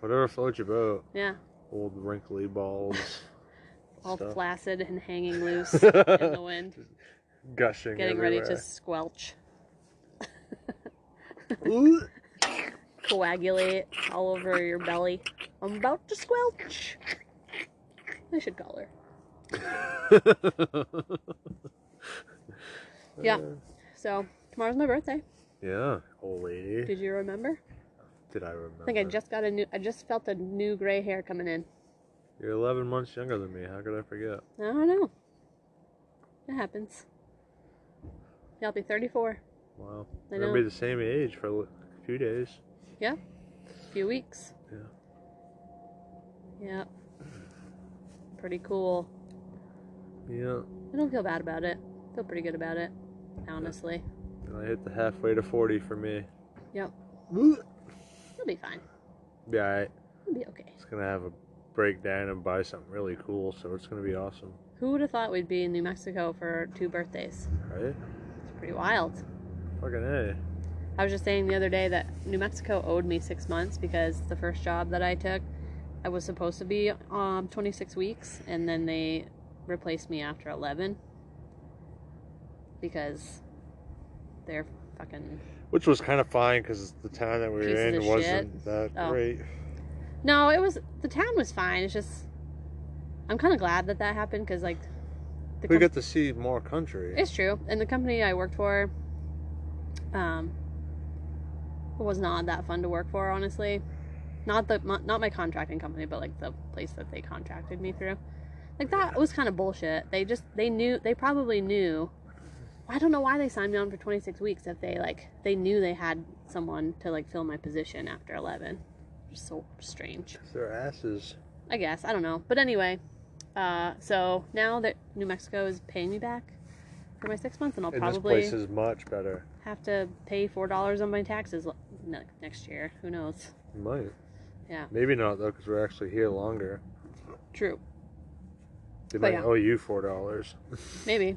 Speaker 2: Whatever floats your boat.
Speaker 1: Yeah.
Speaker 2: Old wrinkly balls.
Speaker 1: all
Speaker 2: stuff.
Speaker 1: flaccid and hanging loose in the wind,
Speaker 2: Gushing.
Speaker 1: getting ready to
Speaker 2: everywhere.
Speaker 1: squelch,
Speaker 2: Ooh.
Speaker 1: coagulate all over your belly. I'm about to squelch. I should call her. Yeah.
Speaker 2: Uh,
Speaker 1: So tomorrow's my birthday.
Speaker 2: Yeah. Old lady.
Speaker 1: Did you remember?
Speaker 2: Did I remember?
Speaker 1: I think I just got a new. I just felt the new gray hair coming in.
Speaker 2: You're 11 months younger than me. How could I forget?
Speaker 1: I don't know. It happens. Yeah, I'll be 34.
Speaker 2: Wow.
Speaker 1: I
Speaker 2: We're going
Speaker 1: know.
Speaker 2: to be the same age for a li- few days.
Speaker 1: Yeah. few weeks.
Speaker 2: Yeah.
Speaker 1: Yeah. Pretty cool.
Speaker 2: Yeah.
Speaker 1: I don't feel bad about it. I feel pretty good about it, honestly.
Speaker 2: And I hit the halfway to 40 for me.
Speaker 1: Yep,
Speaker 2: Yeah,
Speaker 1: it'll be fine.
Speaker 2: I,
Speaker 1: It'll be okay.
Speaker 2: it's going to have a breakdown and buy something really cool, so it's going to be awesome.
Speaker 1: Who would have thought we'd be in New Mexico for two birthdays?
Speaker 2: Right?
Speaker 1: It's pretty wild.
Speaker 2: Fucking A.
Speaker 1: I was just saying the other day that New Mexico owed me six months because the first job that I took, I was supposed to be um, 26 weeks, and then they replaced me after 11 because they're fucking
Speaker 2: Which was kind of fine because the town that we
Speaker 1: Pieces
Speaker 2: were in
Speaker 1: of
Speaker 2: wasn't
Speaker 1: shit.
Speaker 2: that
Speaker 1: Oh.
Speaker 2: great.
Speaker 1: No, it was the town was fine. It's just I'm kind of glad that that happened because like the
Speaker 2: We
Speaker 1: com-
Speaker 2: got to see more country.
Speaker 1: it's true, and the company I worked for um was not that fun to work for, honestly. Not the my- not my contracting company, but like the place that they contracted me through. Like that was kind of bullshit. They just they knew they probably knew. I don't know why they signed me on for 26 weeks if they like they knew they had someone to like fill my position after 11. Just so strange.
Speaker 2: Their asses.
Speaker 1: I guess I don't know, but anyway, uh, so now that New Mexico is paying me back for my six months, and I'll
Speaker 2: And this
Speaker 1: probably
Speaker 2: place is much better.
Speaker 1: have to pay four dollars on my taxes l- ne- next year. Who knows?
Speaker 2: You might.
Speaker 1: Yeah.
Speaker 2: Maybe not though, because we're actually here longer.
Speaker 1: True.
Speaker 2: They
Speaker 1: But
Speaker 2: might
Speaker 1: yeah.
Speaker 2: owe you four dollars.
Speaker 1: Maybe.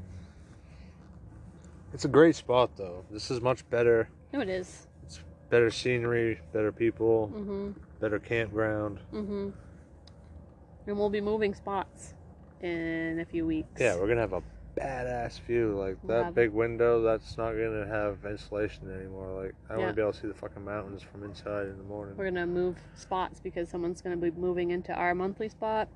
Speaker 2: It's a great spot though. This is much better.
Speaker 1: No, it is.
Speaker 2: It's better scenery, better people,
Speaker 1: Mm-hmm.
Speaker 2: better campground.
Speaker 1: Mm-hmm. And we'll be moving spots in a few weeks.
Speaker 2: Yeah, we're gonna have a badass view. Like
Speaker 1: We'll
Speaker 2: that
Speaker 1: have-
Speaker 2: big window, that's not gonna have insulation anymore. Like I
Speaker 1: Yeah.
Speaker 2: want to be able to see the fucking mountains from inside in the morning.
Speaker 1: We're gonna move spots because someone's gonna be moving into our monthly spot.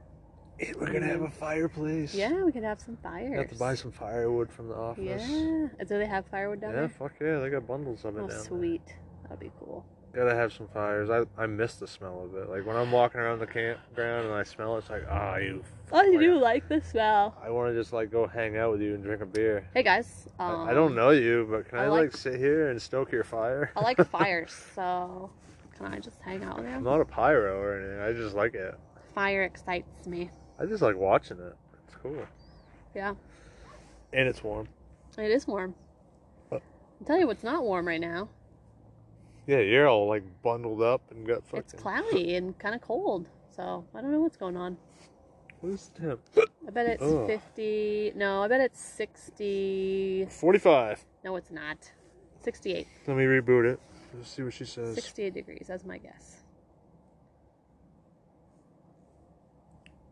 Speaker 2: Hey, we're gonna have a fireplace.
Speaker 1: Yeah, we could have some
Speaker 2: You
Speaker 1: fires.
Speaker 2: have to buy some firewood from the office.
Speaker 1: Yeah. Do they have firewood down
Speaker 2: Yeah, fuck yeah, they got bundles of it
Speaker 1: there? Oh,
Speaker 2: down there.
Speaker 1: sweet. That'd be cool.
Speaker 2: Gotta have some fires. I, I miss the smell of it. Like when I'm walking around the campground and I smell it, it's like, ah, you.
Speaker 1: I
Speaker 2: fucking-
Speaker 1: Oh, do like the smell.
Speaker 2: I want to just like go hang out with you and drink a beer.
Speaker 1: Hey guys. Um,
Speaker 2: I, I don't know you, but can
Speaker 1: I
Speaker 2: I,
Speaker 1: like-
Speaker 2: like, sit here and stoke your fire?
Speaker 1: I like fires, so can I just hang out with
Speaker 2: I'm
Speaker 1: you?
Speaker 2: not a pyro or anything. I just like it.
Speaker 1: Fire excites me.
Speaker 2: I just like watching it. It's cool.
Speaker 1: Yeah.
Speaker 2: And it's warm.
Speaker 1: It is warm.
Speaker 2: What?
Speaker 1: I'll tell you what's not warm right now.
Speaker 2: Yeah, you're all like bundled up and got fucking.
Speaker 1: It's cloudy and kind of cold, so I don't know what's going on.
Speaker 2: What is the temp?
Speaker 1: I bet it's
Speaker 2: Ugh.
Speaker 1: 50. No, I bet it's 60.
Speaker 2: 45.
Speaker 1: No, it's not. 68.
Speaker 2: Let me reboot it. Let's see what she says.
Speaker 1: 68 degrees, that's my guess.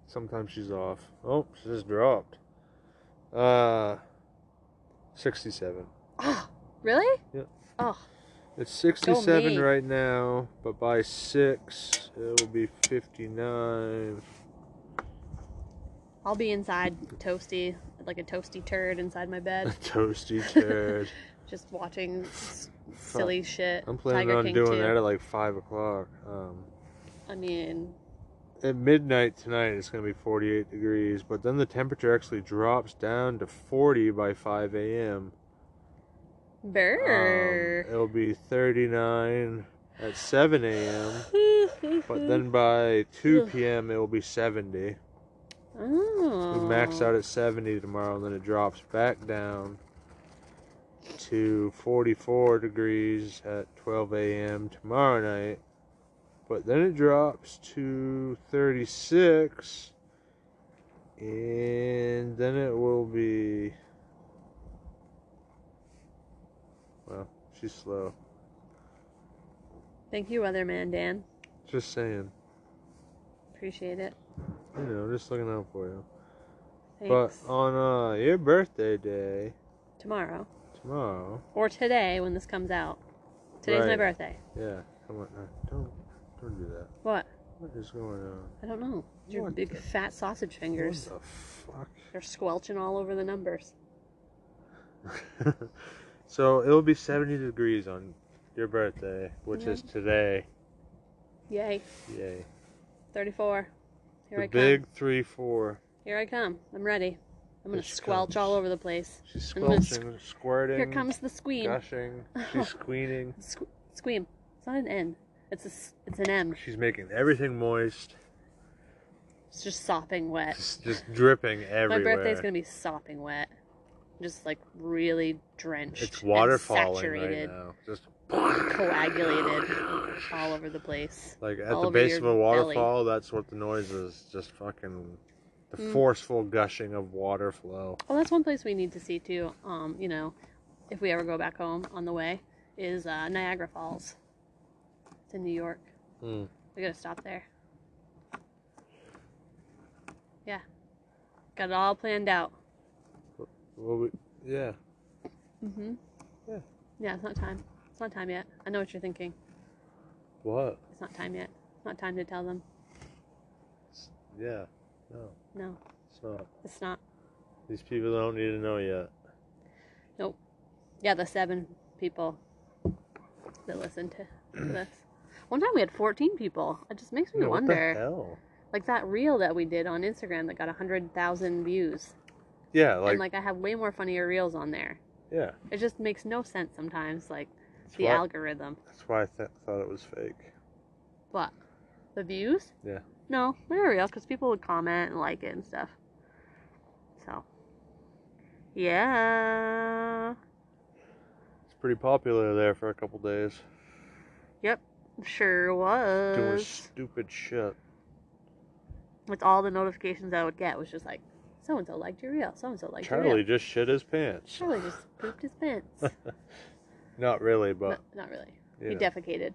Speaker 2: Sometimes she's off. Oh, she just dropped. Uh, 67.
Speaker 1: Oh, really?
Speaker 2: Yep.
Speaker 1: Oh,
Speaker 2: It's
Speaker 1: me.
Speaker 2: 67 right now, but by 6, it'll be 59.
Speaker 1: I'll be inside toasty, like a toasty turd inside my
Speaker 2: A
Speaker 1: bed,
Speaker 2: toasty turd.
Speaker 1: just watching s- silly shit.
Speaker 2: I'm planning
Speaker 1: Tiger
Speaker 2: on
Speaker 1: King
Speaker 2: doing
Speaker 1: 2.
Speaker 2: that at like 5 o'clock. Um,
Speaker 1: I mean,
Speaker 2: at midnight tonight, it's going to be 48 degrees, but then the temperature actually drops down to 40 by 5 a.m. Um,
Speaker 1: burr.
Speaker 2: it'll be 39 at 7 a.m. But then by 2 p.m. it will be 70.
Speaker 1: oh.
Speaker 2: We max out at 70 tomorrow, and then it drops back down to 44 degrees at 12 a.m. tomorrow night. But then it drops to 36, and then it will be. Well, she's slow.
Speaker 1: Thank you, Weatherman Dan.
Speaker 2: Just saying.
Speaker 1: Appreciate it.
Speaker 2: You know, just looking out for you.
Speaker 1: Thanks.
Speaker 2: But on uh, your birthday day,
Speaker 1: Tomorrow
Speaker 2: tomorrow,
Speaker 1: or today when this comes out. Today's my
Speaker 2: Right.
Speaker 1: birthday.
Speaker 2: Yeah, come on. No, don't, don't do that.
Speaker 1: What?
Speaker 2: What is going on?
Speaker 1: I don't know. Your
Speaker 2: What
Speaker 1: big
Speaker 2: the-
Speaker 1: fat sausage fingers.
Speaker 2: What the
Speaker 1: They're squelching all over the numbers.
Speaker 2: fuck? so it'll be 70 degrees on your birthday, which
Speaker 1: Yeah.
Speaker 2: is today.
Speaker 1: Yay.
Speaker 2: Yay.
Speaker 1: 34. Here
Speaker 2: the
Speaker 1: I come.
Speaker 2: big 3 4.
Speaker 1: Here I come. I'm ready. I'm going to
Speaker 2: Here she
Speaker 1: squelch
Speaker 2: comes.
Speaker 1: all over the place.
Speaker 2: She's
Speaker 1: I'm gonna squ-
Speaker 2: squelching, squirting.
Speaker 1: Here comes the squeam.
Speaker 2: Gushing. She's squeening.
Speaker 1: Squ- squeam. It's not an N. It's a, s- it's an M.
Speaker 2: She's making everything moist.
Speaker 1: It's just sopping wet.
Speaker 2: Just, just dripping
Speaker 1: My
Speaker 2: everywhere.
Speaker 1: birthday's going to be sopping wet. Just like really drenched.
Speaker 2: It's
Speaker 1: and
Speaker 2: waterfalling right
Speaker 1: saturated,
Speaker 2: now. Just
Speaker 1: coagulated all over the place.
Speaker 2: Like at
Speaker 1: all
Speaker 2: the
Speaker 1: over
Speaker 2: base
Speaker 1: your
Speaker 2: of a
Speaker 1: belly.
Speaker 2: waterfall, that's what the noise is. Just fucking the
Speaker 1: Mm.
Speaker 2: forceful gushing of water flow.
Speaker 1: Well, that's one place we need to see too. Um, you know, if we ever go back home on the way, is uh, Niagara Falls. It's in New York.
Speaker 2: Mm.
Speaker 1: We gotta stop there. Yeah, got it all planned out.
Speaker 2: Well, we, yeah.
Speaker 1: Mhm.
Speaker 2: Yeah.
Speaker 1: Yeah, it's not time. It's not time yet. I know what you're thinking.
Speaker 2: What?
Speaker 1: It's not time yet. It's not time to tell them.
Speaker 2: Yeah. No,
Speaker 1: No,
Speaker 2: it's not.
Speaker 1: it's not.
Speaker 2: These people don't need to know yet.
Speaker 1: Yeah, the seven people that listen to this. One time we had 14 people. It just makes me
Speaker 2: Yeah,
Speaker 1: wonder.
Speaker 2: What the hell?
Speaker 1: like that reel that we did on Instagram that got a hundred thousand views,
Speaker 2: Yeah, like,
Speaker 1: and like I have way more funnier reels on there.
Speaker 2: yeah.
Speaker 1: It just makes no sense sometimes, like
Speaker 2: That's
Speaker 1: the
Speaker 2: why,
Speaker 1: algorithm.
Speaker 2: that's why I th- thought it was fake.
Speaker 1: But the views?
Speaker 2: Yeah.
Speaker 1: No, they were reels because people would comment and like it and stuff. So, yeah,
Speaker 2: It's pretty popular there for a couple days.
Speaker 1: Sure was.
Speaker 2: doing stupid shit.
Speaker 1: With all the notifications I would get was just like, so and so liked your reel, so and so liked your
Speaker 2: Charlie
Speaker 1: reel.
Speaker 2: just shit his pants.
Speaker 1: Charlie just pooped his pants.
Speaker 2: Not really, but
Speaker 1: No, not really.
Speaker 2: Yeah.
Speaker 1: He defecated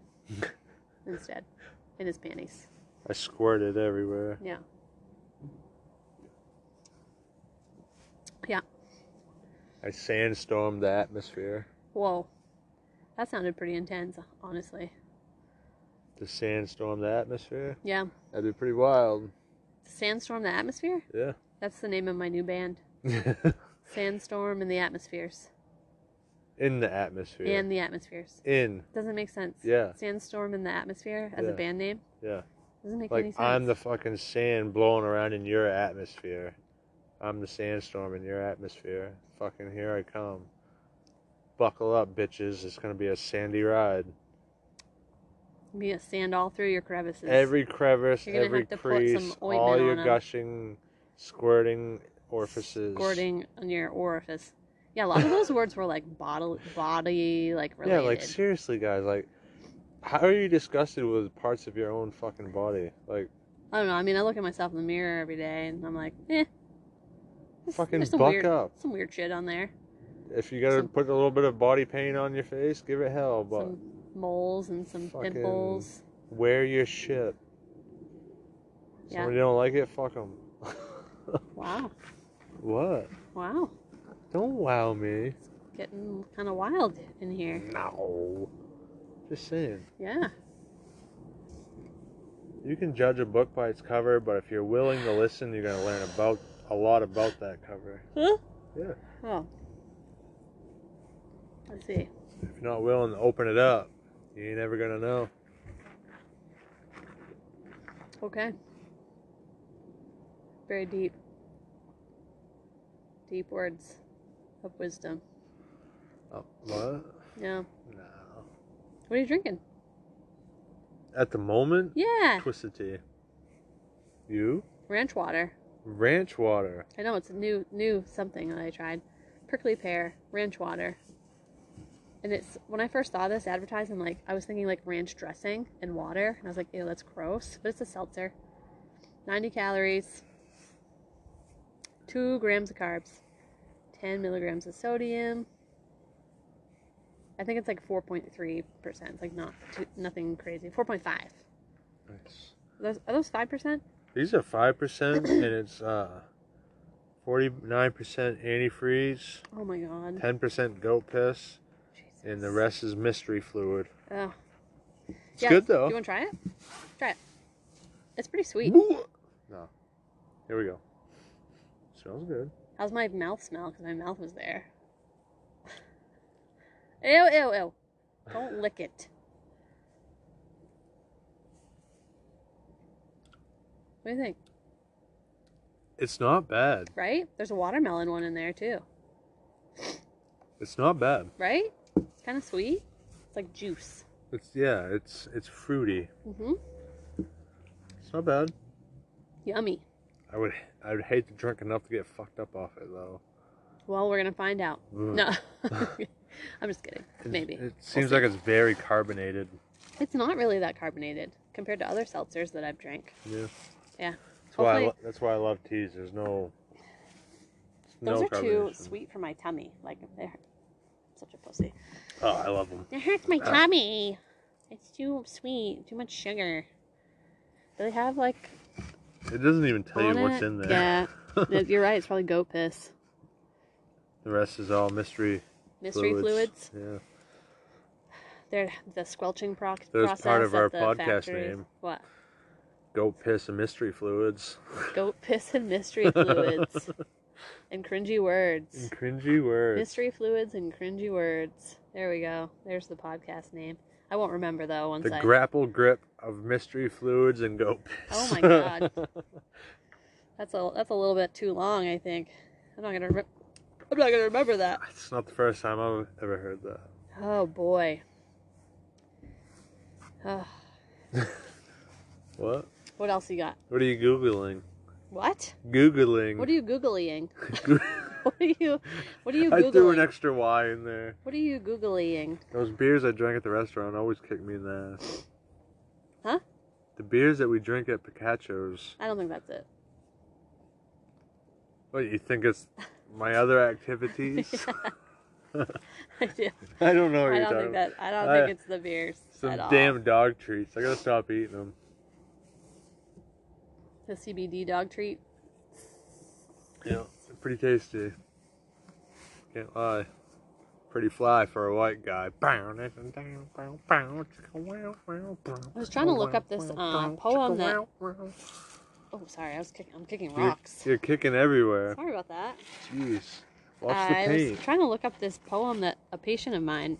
Speaker 1: instead in his panties.
Speaker 2: I squirted everywhere.
Speaker 1: Yeah. Yeah.
Speaker 2: I sandstormed the atmosphere.
Speaker 1: Whoa. That sounded pretty intense, honestly.
Speaker 2: To sandstorm the atmosphere?
Speaker 1: Yeah.
Speaker 2: That'd be pretty wild.
Speaker 1: Sandstorm the Atmosphere?
Speaker 2: Yeah.
Speaker 1: That's the name of my new band. Sandstorm and the Atmospheres.
Speaker 2: In the atmosphere.
Speaker 1: And the Atmospheres.
Speaker 2: In.
Speaker 1: Doesn't make sense.
Speaker 2: Yeah.
Speaker 1: Sandstorm and the Atmosphere as
Speaker 2: Yeah.
Speaker 1: a band name?
Speaker 2: Yeah.
Speaker 1: Doesn't make any
Speaker 2: Like
Speaker 1: sense.
Speaker 2: I'm the fucking sand blowing around in your atmosphere. I'm the sandstorm in your atmosphere. Fucking here I come. Buckle up, bitches. It's gonna be a sandy ride.
Speaker 1: Be a sand all through your crevices.
Speaker 2: Every crevice,
Speaker 1: You're gonna
Speaker 2: every
Speaker 1: have to put some
Speaker 2: crease, all
Speaker 1: ointment
Speaker 2: your
Speaker 1: on 'em.
Speaker 2: gushing, squirting orifices.
Speaker 1: Squirting on your orifice. Yeah, a lot of those words were like bottle, body, like related.
Speaker 2: Yeah, like seriously, guys. Like, how are you disgusted with parts of your own fucking body? Like,
Speaker 1: I don't know. I mean, I look at myself in the mirror every day and I'm like, eh. There's-
Speaker 2: Fucking
Speaker 1: there's some
Speaker 2: buck
Speaker 1: weird,
Speaker 2: up.
Speaker 1: Some weird shit on there.
Speaker 2: if you gotta
Speaker 1: Some-
Speaker 2: put a little bit of body paint on your face, give it hell. But
Speaker 1: some moles and some
Speaker 2: Fucking-
Speaker 1: pimples.
Speaker 2: wear your shit.
Speaker 1: Yeah.
Speaker 2: Somebody don't like it, fuck them.
Speaker 1: Wow.
Speaker 2: What?
Speaker 1: Wow.
Speaker 2: Don't wow me.
Speaker 1: Getting kind of wild in here.
Speaker 2: No. Just saying.
Speaker 1: Yeah.
Speaker 2: You can judge a book by its cover, but if you're willing to listen, you're gonna learn about a lot about that cover.
Speaker 1: Huh?
Speaker 2: Yeah.
Speaker 1: Oh. Let's see.
Speaker 2: If you're not willing to open it up, you ain't ever gonna know.
Speaker 1: Okay. Very deep. Deep words of wisdom.
Speaker 2: Oh, what?
Speaker 1: Yeah.
Speaker 2: No.
Speaker 1: What are you drinking?
Speaker 2: At the moment,
Speaker 1: Yeah.
Speaker 2: twisted tea. You?
Speaker 1: Ranch water.
Speaker 2: Ranch water.
Speaker 1: I know it's a new new something that I tried. Prickly pear, ranch water. And it's when I first saw this advertised, I'm like, I was thinking like ranch dressing and water, and I was like, ew, that's gross. But it's a seltzer. 90 calories, two grams of carbs, 10 milligrams of sodium. I think it's like 4.3 percent. It's like not too, nothing crazy. 4.5. Are
Speaker 2: Nice.
Speaker 1: those, are those five percent?
Speaker 2: These are five percent, and it's uh, forty-nine percent antifreeze,
Speaker 1: Oh my god.
Speaker 2: ten percent goat piss,
Speaker 1: Jesus.
Speaker 2: and the rest is mystery fluid.
Speaker 1: Oh.
Speaker 2: It's good
Speaker 1: You
Speaker 2: though.
Speaker 1: want to try it? Try it. It's pretty sweet.
Speaker 2: Woo! No, here we go. Smells good.
Speaker 1: How's my mouth smell? Because my mouth was there. Ew, ew, ew. Don't lick it. What do you think?
Speaker 2: It's not bad.
Speaker 1: Right? There's a watermelon one in there too.
Speaker 2: It's not bad.
Speaker 1: Right? It's kind of sweet. It's like juice.
Speaker 2: It's yeah. It's it's fruity.
Speaker 1: Mm-hmm.
Speaker 2: It's not bad.
Speaker 1: Yummy.
Speaker 2: I would I would hate to drink enough to get fucked up off it though.
Speaker 1: Well, we're gonna find out.
Speaker 2: Mm.
Speaker 1: No, I'm just kidding.
Speaker 2: It-
Speaker 1: Maybe.
Speaker 2: It seems like it's very carbonated.
Speaker 1: It's not really that carbonated compared to other seltzers that I've drank.
Speaker 2: Yeah.
Speaker 1: Yeah.
Speaker 2: That's why I
Speaker 1: Hopefully-
Speaker 2: lo- that's why I love teas. There's no.
Speaker 1: Those
Speaker 2: no
Speaker 1: are too
Speaker 2: carbonation.
Speaker 1: sweet for my tummy. Like they're such a pussy.
Speaker 2: Oh, I love them.
Speaker 1: It hurts
Speaker 2: Ah.
Speaker 1: my tummy. It's too sweet. Too much sugar. Do they have like
Speaker 2: It doesn't even tell
Speaker 1: on
Speaker 2: you what's
Speaker 1: it?
Speaker 2: in there.
Speaker 1: Yeah. Yeah, You're right. It's probably goat piss.
Speaker 2: The rest is all mystery.
Speaker 1: Mystery fluids.
Speaker 2: Yeah.
Speaker 1: They're the squelching proc-
Speaker 2: There's
Speaker 1: process.
Speaker 2: part of our
Speaker 1: at the
Speaker 2: podcast
Speaker 1: factories.
Speaker 2: name.
Speaker 1: What?
Speaker 2: Goat piss and mystery fluids.
Speaker 1: Goat piss and mystery fluids and cringy words.
Speaker 2: And cringy words.
Speaker 1: Mystery fluids and cringy words. There we go. There's the podcast name. I won't remember though once
Speaker 2: the
Speaker 1: I.
Speaker 2: grapple grip of mystery fluids and goat
Speaker 1: Oh
Speaker 2: piss.
Speaker 1: my god. That's a that's a little bit too long. I think I'm not gonna. Re- I'm not gonna remember that.
Speaker 2: it's not the first time I've ever heard that.
Speaker 1: Oh boy. Ugh.
Speaker 2: What?
Speaker 1: what else you got?
Speaker 2: What are you googling?
Speaker 1: What?
Speaker 2: Googling.
Speaker 1: What are you googlying?
Speaker 2: Goo-
Speaker 1: What are you? What are you
Speaker 2: I threw an
Speaker 1: googling?
Speaker 2: extra Y in there.
Speaker 1: What are you googlying?
Speaker 2: Those beers I drank at the restaurant always kicked me in the ass.
Speaker 1: Huh?
Speaker 2: The beers that we drink at Picacho's.
Speaker 1: I don't think that's it.
Speaker 2: What, you think it's my other activities?
Speaker 1: I do.
Speaker 2: I don't know what
Speaker 1: I
Speaker 2: Oh, you're
Speaker 1: don't
Speaker 2: talking
Speaker 1: think
Speaker 2: about.
Speaker 1: that. I don't
Speaker 2: I-
Speaker 1: think it's the beers
Speaker 2: Some
Speaker 1: at all.
Speaker 2: damn dog treats. I gotta stop eating them.
Speaker 1: the CBD dog treat.
Speaker 2: Yeah, they're pretty tasty. Can't lie. Pretty fly for a white guy.
Speaker 1: I was trying to look up this uh, poem that. Oh, sorry, I was kicking. I'm kicking rocks.
Speaker 2: You're, you're kicking everywhere.
Speaker 1: Sorry about that.
Speaker 2: Jeez. Watch the
Speaker 1: I was
Speaker 2: paint.
Speaker 1: trying to look up this poem that a patient of mine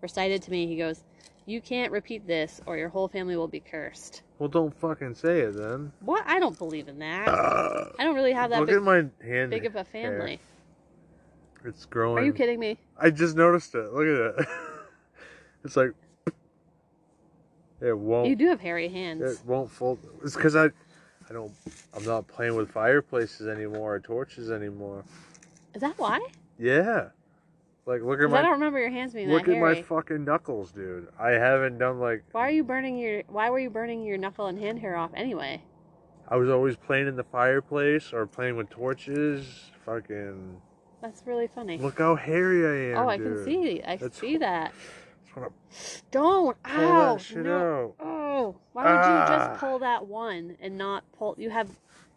Speaker 1: recited to me. He goes, "You can't repeat this, or your whole family will be cursed."
Speaker 2: Well, don't fucking say it then.
Speaker 1: What? I don't believe in that. I don't really have that
Speaker 2: Uh, Look
Speaker 1: big,
Speaker 2: at my hand.
Speaker 1: big of a
Speaker 2: hair.
Speaker 1: family.
Speaker 2: It's growing.
Speaker 1: Are you kidding me?
Speaker 2: I just noticed it. Look at it. it's like it won't.
Speaker 1: You do have hairy hands.
Speaker 2: It won't fold. It's because I, I don't. I'm not playing with fireplaces anymore or torches anymore.
Speaker 1: Is that why?
Speaker 2: Yeah. Like look at
Speaker 1: 'Cause I don't
Speaker 2: my
Speaker 1: remember your hands being
Speaker 2: look
Speaker 1: that
Speaker 2: at
Speaker 1: hairy.
Speaker 2: my fucking knuckles, dude. I haven't done like
Speaker 1: why are you burning your? Why were you burning your knuckle and hand hair off anyway?
Speaker 2: I was always playing in the fireplace or playing with torches. Fucking
Speaker 1: That's really funny.
Speaker 2: look how hairy I am.
Speaker 1: oh, I
Speaker 2: dude.
Speaker 1: can see. I can
Speaker 2: That's-
Speaker 1: see that.
Speaker 2: Just wanna
Speaker 1: Don't.
Speaker 2: pull
Speaker 1: Ow.
Speaker 2: that shit
Speaker 1: no.
Speaker 2: out.
Speaker 1: Oh, why would you
Speaker 2: Ah.
Speaker 1: just pull that one and not pull? You have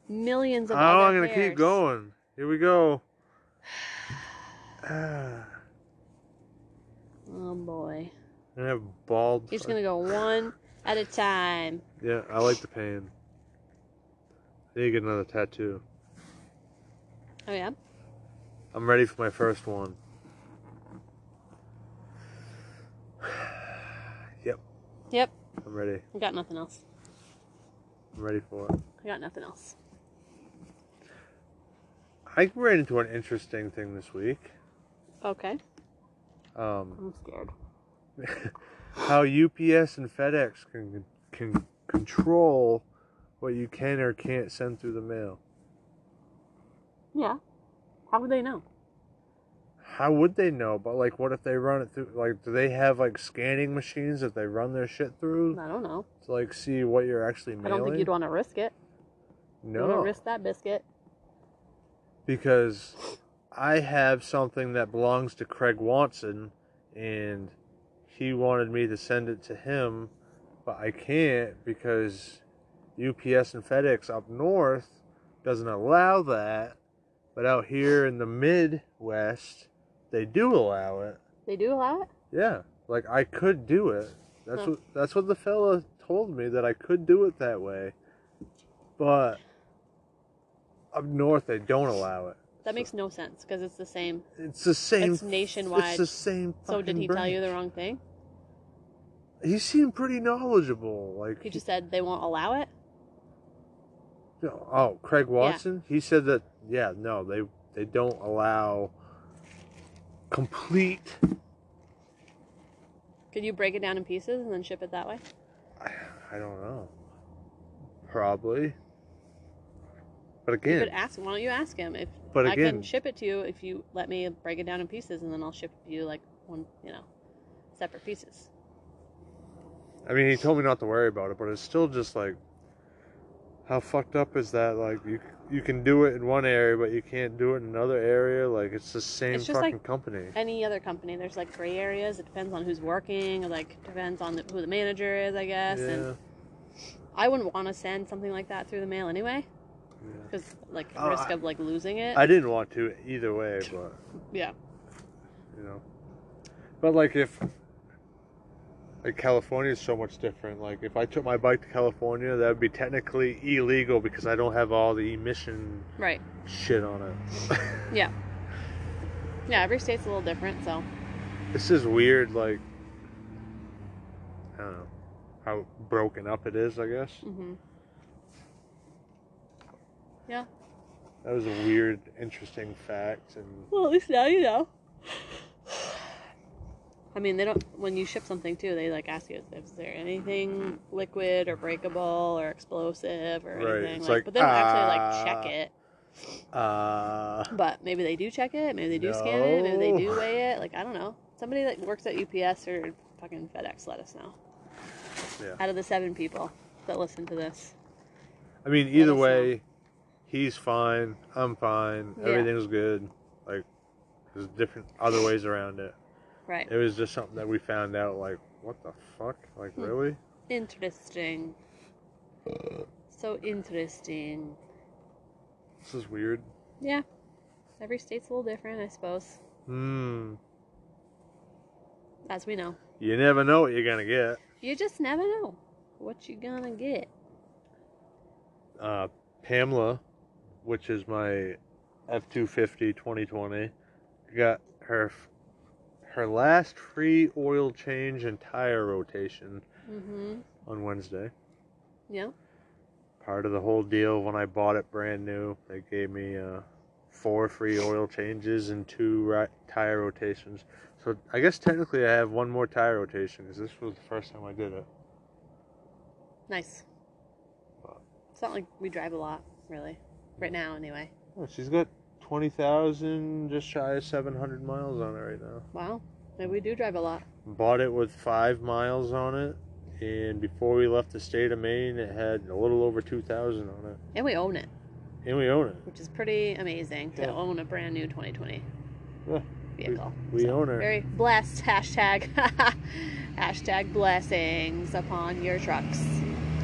Speaker 1: millions
Speaker 2: Oh,
Speaker 1: of.
Speaker 2: I'm
Speaker 1: other
Speaker 2: gonna keep
Speaker 1: hairs.
Speaker 2: going. Here we go. Ah,
Speaker 1: Oh boy,
Speaker 2: I'm gonna have bald. uh,
Speaker 1: you're just gonna go one at a time.
Speaker 2: Yeah, I like the pain. I need to get another tattoo.
Speaker 1: Oh yeah,
Speaker 2: I'm ready for my first one. yep,
Speaker 1: yep.
Speaker 2: I'm ready.
Speaker 1: I got nothing else.
Speaker 2: I'm ready for it.
Speaker 1: I got nothing else.
Speaker 2: I ran into an interesting thing this week.
Speaker 1: Okay,
Speaker 2: Um,
Speaker 1: I'm scared.
Speaker 2: how UPS and FedEx can can control what you can or can't send through the mail.
Speaker 1: Yeah. How would they know?
Speaker 2: How would they know? But like, what if they run it through? Like, do they have like scanning machines that they run their shit through
Speaker 1: I don't know.
Speaker 2: to like see what you're actually
Speaker 1: I
Speaker 2: mailing?
Speaker 1: don't think you'd want to risk it. You
Speaker 2: No,
Speaker 1: don't risk that biscuit.
Speaker 2: because I have something that belongs to Craig Watson, and he wanted me to send it to him, but I can't because UPS and FedEx up north doesn't allow that, but out here in the Midwest, they do allow it.
Speaker 1: They do allow it.
Speaker 2: Yeah, like I could do it. That's
Speaker 1: Huh.
Speaker 2: what that's what the fella told me that I could do it that way, but up north they don't allow it.
Speaker 1: That makes no sense because it's the same.
Speaker 2: It's the same.
Speaker 1: It's nationwide.
Speaker 2: It's the same.
Speaker 1: So did
Speaker 2: fucking
Speaker 1: he tell you the
Speaker 2: branch.
Speaker 1: wrong thing?
Speaker 2: He seemed pretty knowledgeable. Like
Speaker 1: He just said they won't allow it.
Speaker 2: oh, Craig Watson. He said that yeah, no, they they don't allow complete.
Speaker 1: Could you break it down in pieces and then ship it that way?
Speaker 2: I, I don't know. Probably. But
Speaker 1: You
Speaker 2: again,
Speaker 1: could ask. Why don't you ask him if
Speaker 2: But
Speaker 1: I
Speaker 2: again-
Speaker 1: can ship it to you if you let me break it down in pieces and then I'll ship it to you like one, you know, separate pieces.
Speaker 2: I mean, he told me not to worry about it, but it's still just like, how fucked up is that? Like, you you can do it in one area, but you can't do it in another area. Like, it's the same
Speaker 1: It's just
Speaker 2: fucking
Speaker 1: like-
Speaker 2: company.
Speaker 1: Any other company, there's like gray areas. It depends on who's working. or, Like depends on the, who the manager is, I guess.
Speaker 2: yeah.
Speaker 1: And I wouldn't want to send something like that through the mail anyway,
Speaker 2: yeah.
Speaker 1: because like
Speaker 2: Oh,
Speaker 1: risk
Speaker 2: I-
Speaker 1: of like losing it.
Speaker 2: I didn't want to either way, but
Speaker 1: yeah.
Speaker 2: you know, but like if like California is so much different. Like, if I took my bike to California, that would be technically illegal because I don't have all the emission
Speaker 1: Right.
Speaker 2: shit on it.
Speaker 1: Yeah. Yeah. Every state's a little different, so
Speaker 2: This is weird, like I don't know how broken up it is. I guess
Speaker 1: hmm yeah.
Speaker 2: that was a weird, interesting fact, and
Speaker 1: Well, at least now you know. I mean, they don't. When you ship something too, they like ask you if is there anything liquid or breakable or explosive or
Speaker 2: Right,
Speaker 1: anything.
Speaker 2: it's
Speaker 1: Like,
Speaker 2: like,
Speaker 1: but they don't actually like
Speaker 2: ah.
Speaker 1: check it.
Speaker 2: uh,
Speaker 1: But maybe they do check it. Maybe they do scan it. Maybe they do
Speaker 2: No.
Speaker 1: weigh it. Like I don't know. Somebody that works at UPS or fucking FedEx, let us know.
Speaker 2: Yeah.
Speaker 1: out of the seven people that listen to this.
Speaker 2: I mean,
Speaker 1: us
Speaker 2: either
Speaker 1: know.
Speaker 2: way, he's fine. I'm fine.
Speaker 1: Yeah.
Speaker 2: Everything's good. Like, there's different other ways around it.
Speaker 1: Right.
Speaker 2: It was just something that we found out. Like, what the fuck? Like, really?
Speaker 1: Interesting. So interesting.
Speaker 2: This is weird.
Speaker 1: Yeah. Every state's a little different, I suppose,
Speaker 2: Hmm.
Speaker 1: as we know.
Speaker 2: You never know what you're gonna get.
Speaker 1: You just never know what you're gonna get.
Speaker 2: Uh, Pamela, which is my F250 2020, got her f- her last free oil change and tire rotation
Speaker 1: Mm-hmm.
Speaker 2: on Wednesday.
Speaker 1: Yeah.
Speaker 2: part of the whole deal when I bought it brand new. They gave me uh, four free oil changes and two ri- tire rotations. So I guess technically I have one more tire rotation because this was the first time I did it.
Speaker 1: Nice.
Speaker 2: Wow.
Speaker 1: It's not like we drive a lot, really. Right now, anyway.
Speaker 2: Oh, she's got 20,000, just shy of 700 miles on it right now.
Speaker 1: Wow. Maybe we do drive a lot.
Speaker 2: Bought it with five miles on it. And before we left the state of Maine, it had a little over 2,000 on it.
Speaker 1: And we own it,
Speaker 2: And we own it.
Speaker 1: which is pretty amazing to
Speaker 2: Yeah.
Speaker 1: own a brand new 2020
Speaker 2: Yeah.
Speaker 1: vehicle.
Speaker 2: We own her.
Speaker 1: Very blessed. Hashtag. hashtag blessings upon your trucks.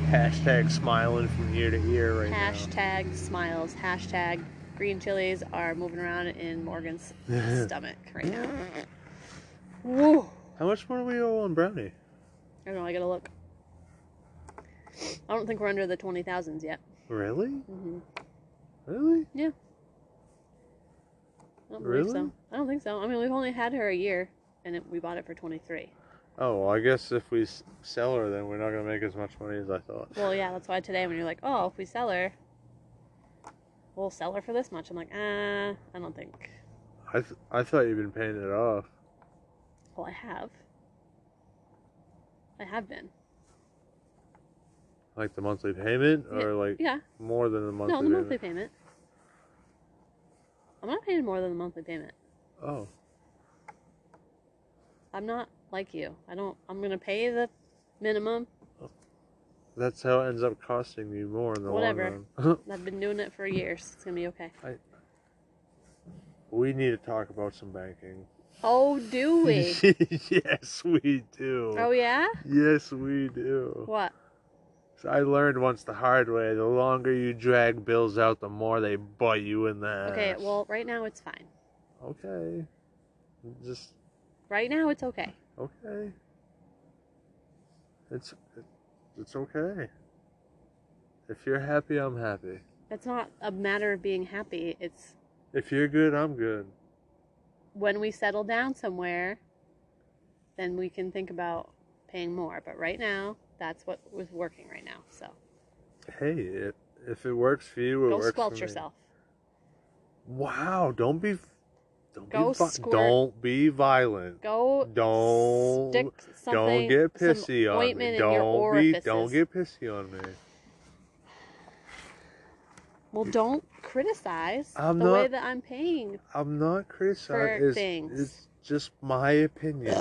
Speaker 2: Hashtag smiling from ear to ear right
Speaker 1: Hashtag smiles. Hashtag green chilies are moving around in Morgan's
Speaker 2: now.
Speaker 1: stomach right now. Woo.
Speaker 2: How much more do we owe on Brownie?
Speaker 1: I don't know. I gotta look. I don't think we're under the 20,000s yet.
Speaker 2: Really?
Speaker 1: hmm
Speaker 2: Really?
Speaker 1: I don't believe
Speaker 2: Really?
Speaker 1: so. I don't think so. I mean, we've only had her a year, and it, we bought it for 23.
Speaker 2: Oh, well, I guess if we s- sell her, then we're not going to make as much money as I thought.
Speaker 1: Well, yeah, that's why today when you're like, oh, if we sell her, we'll sell her for this much. I'm like, uh, I don't think.
Speaker 2: I, th- I thought you'd been paying it off.
Speaker 1: Well, I have. I have been.
Speaker 2: Like the monthly payment,
Speaker 1: Yeah,
Speaker 2: or like
Speaker 1: Yeah.
Speaker 2: more than the monthly
Speaker 1: No, the
Speaker 2: payment?
Speaker 1: monthly payment. I'm not paying more than the monthly payment.
Speaker 2: Oh,
Speaker 1: I'm not like you. I don't. I'm gonna pay the minimum.
Speaker 2: that's how it ends up costing you more in the
Speaker 1: Whatever.
Speaker 2: long run.
Speaker 1: I've been doing it for years. It's gonna be okay.
Speaker 2: we need to talk about some banking.
Speaker 1: Oh, do we?
Speaker 2: yes, we do.
Speaker 1: oh yeah.
Speaker 2: Yes, we do.
Speaker 1: What?
Speaker 2: So I learned once the hard way the longer you drag bills out, the more they bite you in the ass.
Speaker 1: Okay. Well, right now it's fine.
Speaker 2: Okay. Just
Speaker 1: Right now it's okay.
Speaker 2: okay. It's it's okay. If you're happy, I'm happy.
Speaker 1: It's not a matter of being happy. It's
Speaker 2: If you're good, I'm good.
Speaker 1: when we settle down somewhere, then we can think about paying more. But right now, that's what was working right now. So
Speaker 2: Hey, if, if it works for you, it
Speaker 1: go
Speaker 2: works
Speaker 1: squelch
Speaker 2: for me.
Speaker 1: yourself.
Speaker 2: Wow! Don't be, don't
Speaker 1: Go
Speaker 2: be, vi-
Speaker 1: squirt.
Speaker 2: don't be violent.
Speaker 1: Go
Speaker 2: Don't-
Speaker 1: stick
Speaker 2: Don't
Speaker 1: something.
Speaker 2: get
Speaker 1: some
Speaker 2: pissy on
Speaker 1: ointment
Speaker 2: me.
Speaker 1: in your
Speaker 2: Don't be,
Speaker 1: orifices.
Speaker 2: don't get pissy on me.
Speaker 1: Well, don't criticize
Speaker 2: I'm
Speaker 1: the way
Speaker 2: not-
Speaker 1: that I'm paying.
Speaker 2: I'm not criticizing.
Speaker 1: For
Speaker 2: It's,
Speaker 1: things.
Speaker 2: it's just my opinion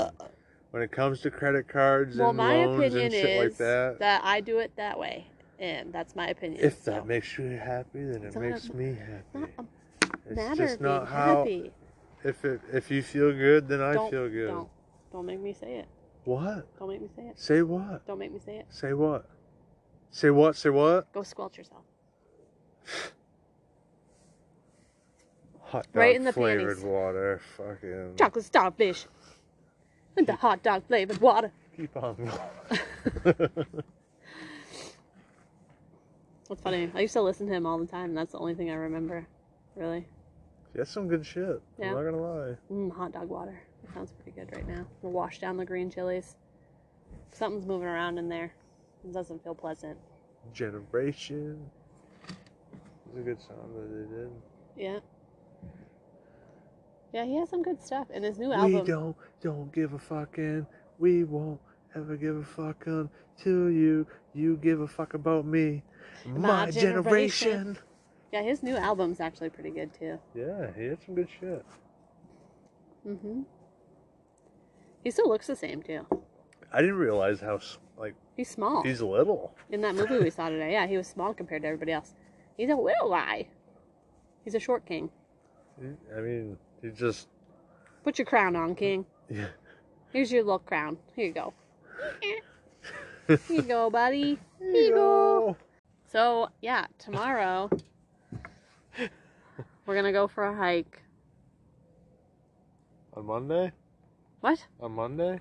Speaker 2: when it comes to credit cards
Speaker 1: Well,
Speaker 2: and
Speaker 1: my
Speaker 2: loans
Speaker 1: opinion
Speaker 2: and shit
Speaker 1: is
Speaker 2: like that.
Speaker 1: I do it that way, and that's my opinion.
Speaker 2: If
Speaker 1: so.
Speaker 2: that makes you happy, then
Speaker 1: It's
Speaker 2: it
Speaker 1: not
Speaker 2: makes
Speaker 1: a-
Speaker 2: me
Speaker 1: not
Speaker 2: happy.
Speaker 1: a
Speaker 2: It's
Speaker 1: matter
Speaker 2: just
Speaker 1: of being
Speaker 2: not how.
Speaker 1: happy.
Speaker 2: If it if you feel good, then I
Speaker 1: don't
Speaker 2: feel good.
Speaker 1: don't don't make me say it.
Speaker 2: What?
Speaker 1: Don't make me say it.
Speaker 2: Say what?
Speaker 1: Don't make me say it.
Speaker 2: Say what? Say what? Say what?
Speaker 1: Go squelch yourself.
Speaker 2: Hot dog
Speaker 1: Right in the
Speaker 2: flavored
Speaker 1: panties.
Speaker 2: water. Fucking.
Speaker 1: Chocolate starfish. And the hot dog flavored water.
Speaker 2: Keep on going.
Speaker 1: That's funny. I used to listen to him all the time. That's the only thing I remember, really.
Speaker 2: That's some good shit.
Speaker 1: Yeah.
Speaker 2: I'm not gonna lie.
Speaker 1: Mm, hot dog water. It sounds pretty good right now. We'll wash down the green chilies. Something's moving around in there. It doesn't feel pleasant.
Speaker 2: Generation. It's a good song that they did.
Speaker 1: Yeah. Yeah, he has some good stuff in his new album.
Speaker 2: We don't don't give a fucking. We won't ever give a fuck until you you give a fuck about me.
Speaker 1: My
Speaker 2: My,
Speaker 1: generation.
Speaker 2: generation.
Speaker 1: Yeah, his new album's actually pretty good too.
Speaker 2: Yeah, he had some good shit.
Speaker 1: Mhm. Mm-hmm. He still looks the same too.
Speaker 2: I didn't realize how s- Like
Speaker 1: He's small.
Speaker 2: he's little.
Speaker 1: In that movie we saw today, yeah, he was small compared to everybody else. He's a little guy. He's a short king.
Speaker 2: He- I mean, he just
Speaker 1: Put your crown on, king.
Speaker 2: yeah.
Speaker 1: Here's your little crown. Here you go. Here you go, buddy. Here you go. So, yeah, tomorrow we're going to go for a hike.
Speaker 2: On Monday?
Speaker 1: What?
Speaker 2: On Monday?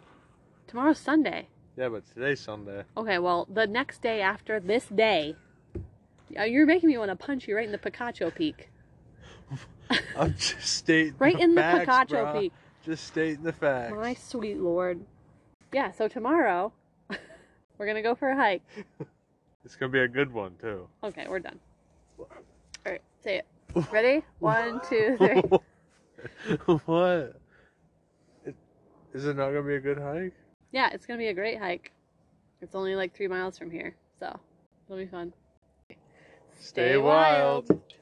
Speaker 1: Tomorrow's Sunday.
Speaker 2: Yeah, but today's Sunday.
Speaker 1: Okay, well, the next day after this day, Yeah, you're making me want to punch you right in the Picacho Peak.
Speaker 2: I'm just stating
Speaker 1: Right in the
Speaker 2: facts,
Speaker 1: Picacho
Speaker 2: bruh.
Speaker 1: peak.
Speaker 2: Just stating the facts.
Speaker 1: My sweet lord. Yeah, so tomorrow we're going to go for a hike.
Speaker 2: It's gonna be a good one too.
Speaker 1: Okay, we're done. All right, say it. Ready? One, two, three.
Speaker 2: what? It- Is it not gonna be a good hike?
Speaker 1: Yeah, it's gonna be a great hike. It's only like three miles from here, so it'll be fun.
Speaker 2: Stay wild.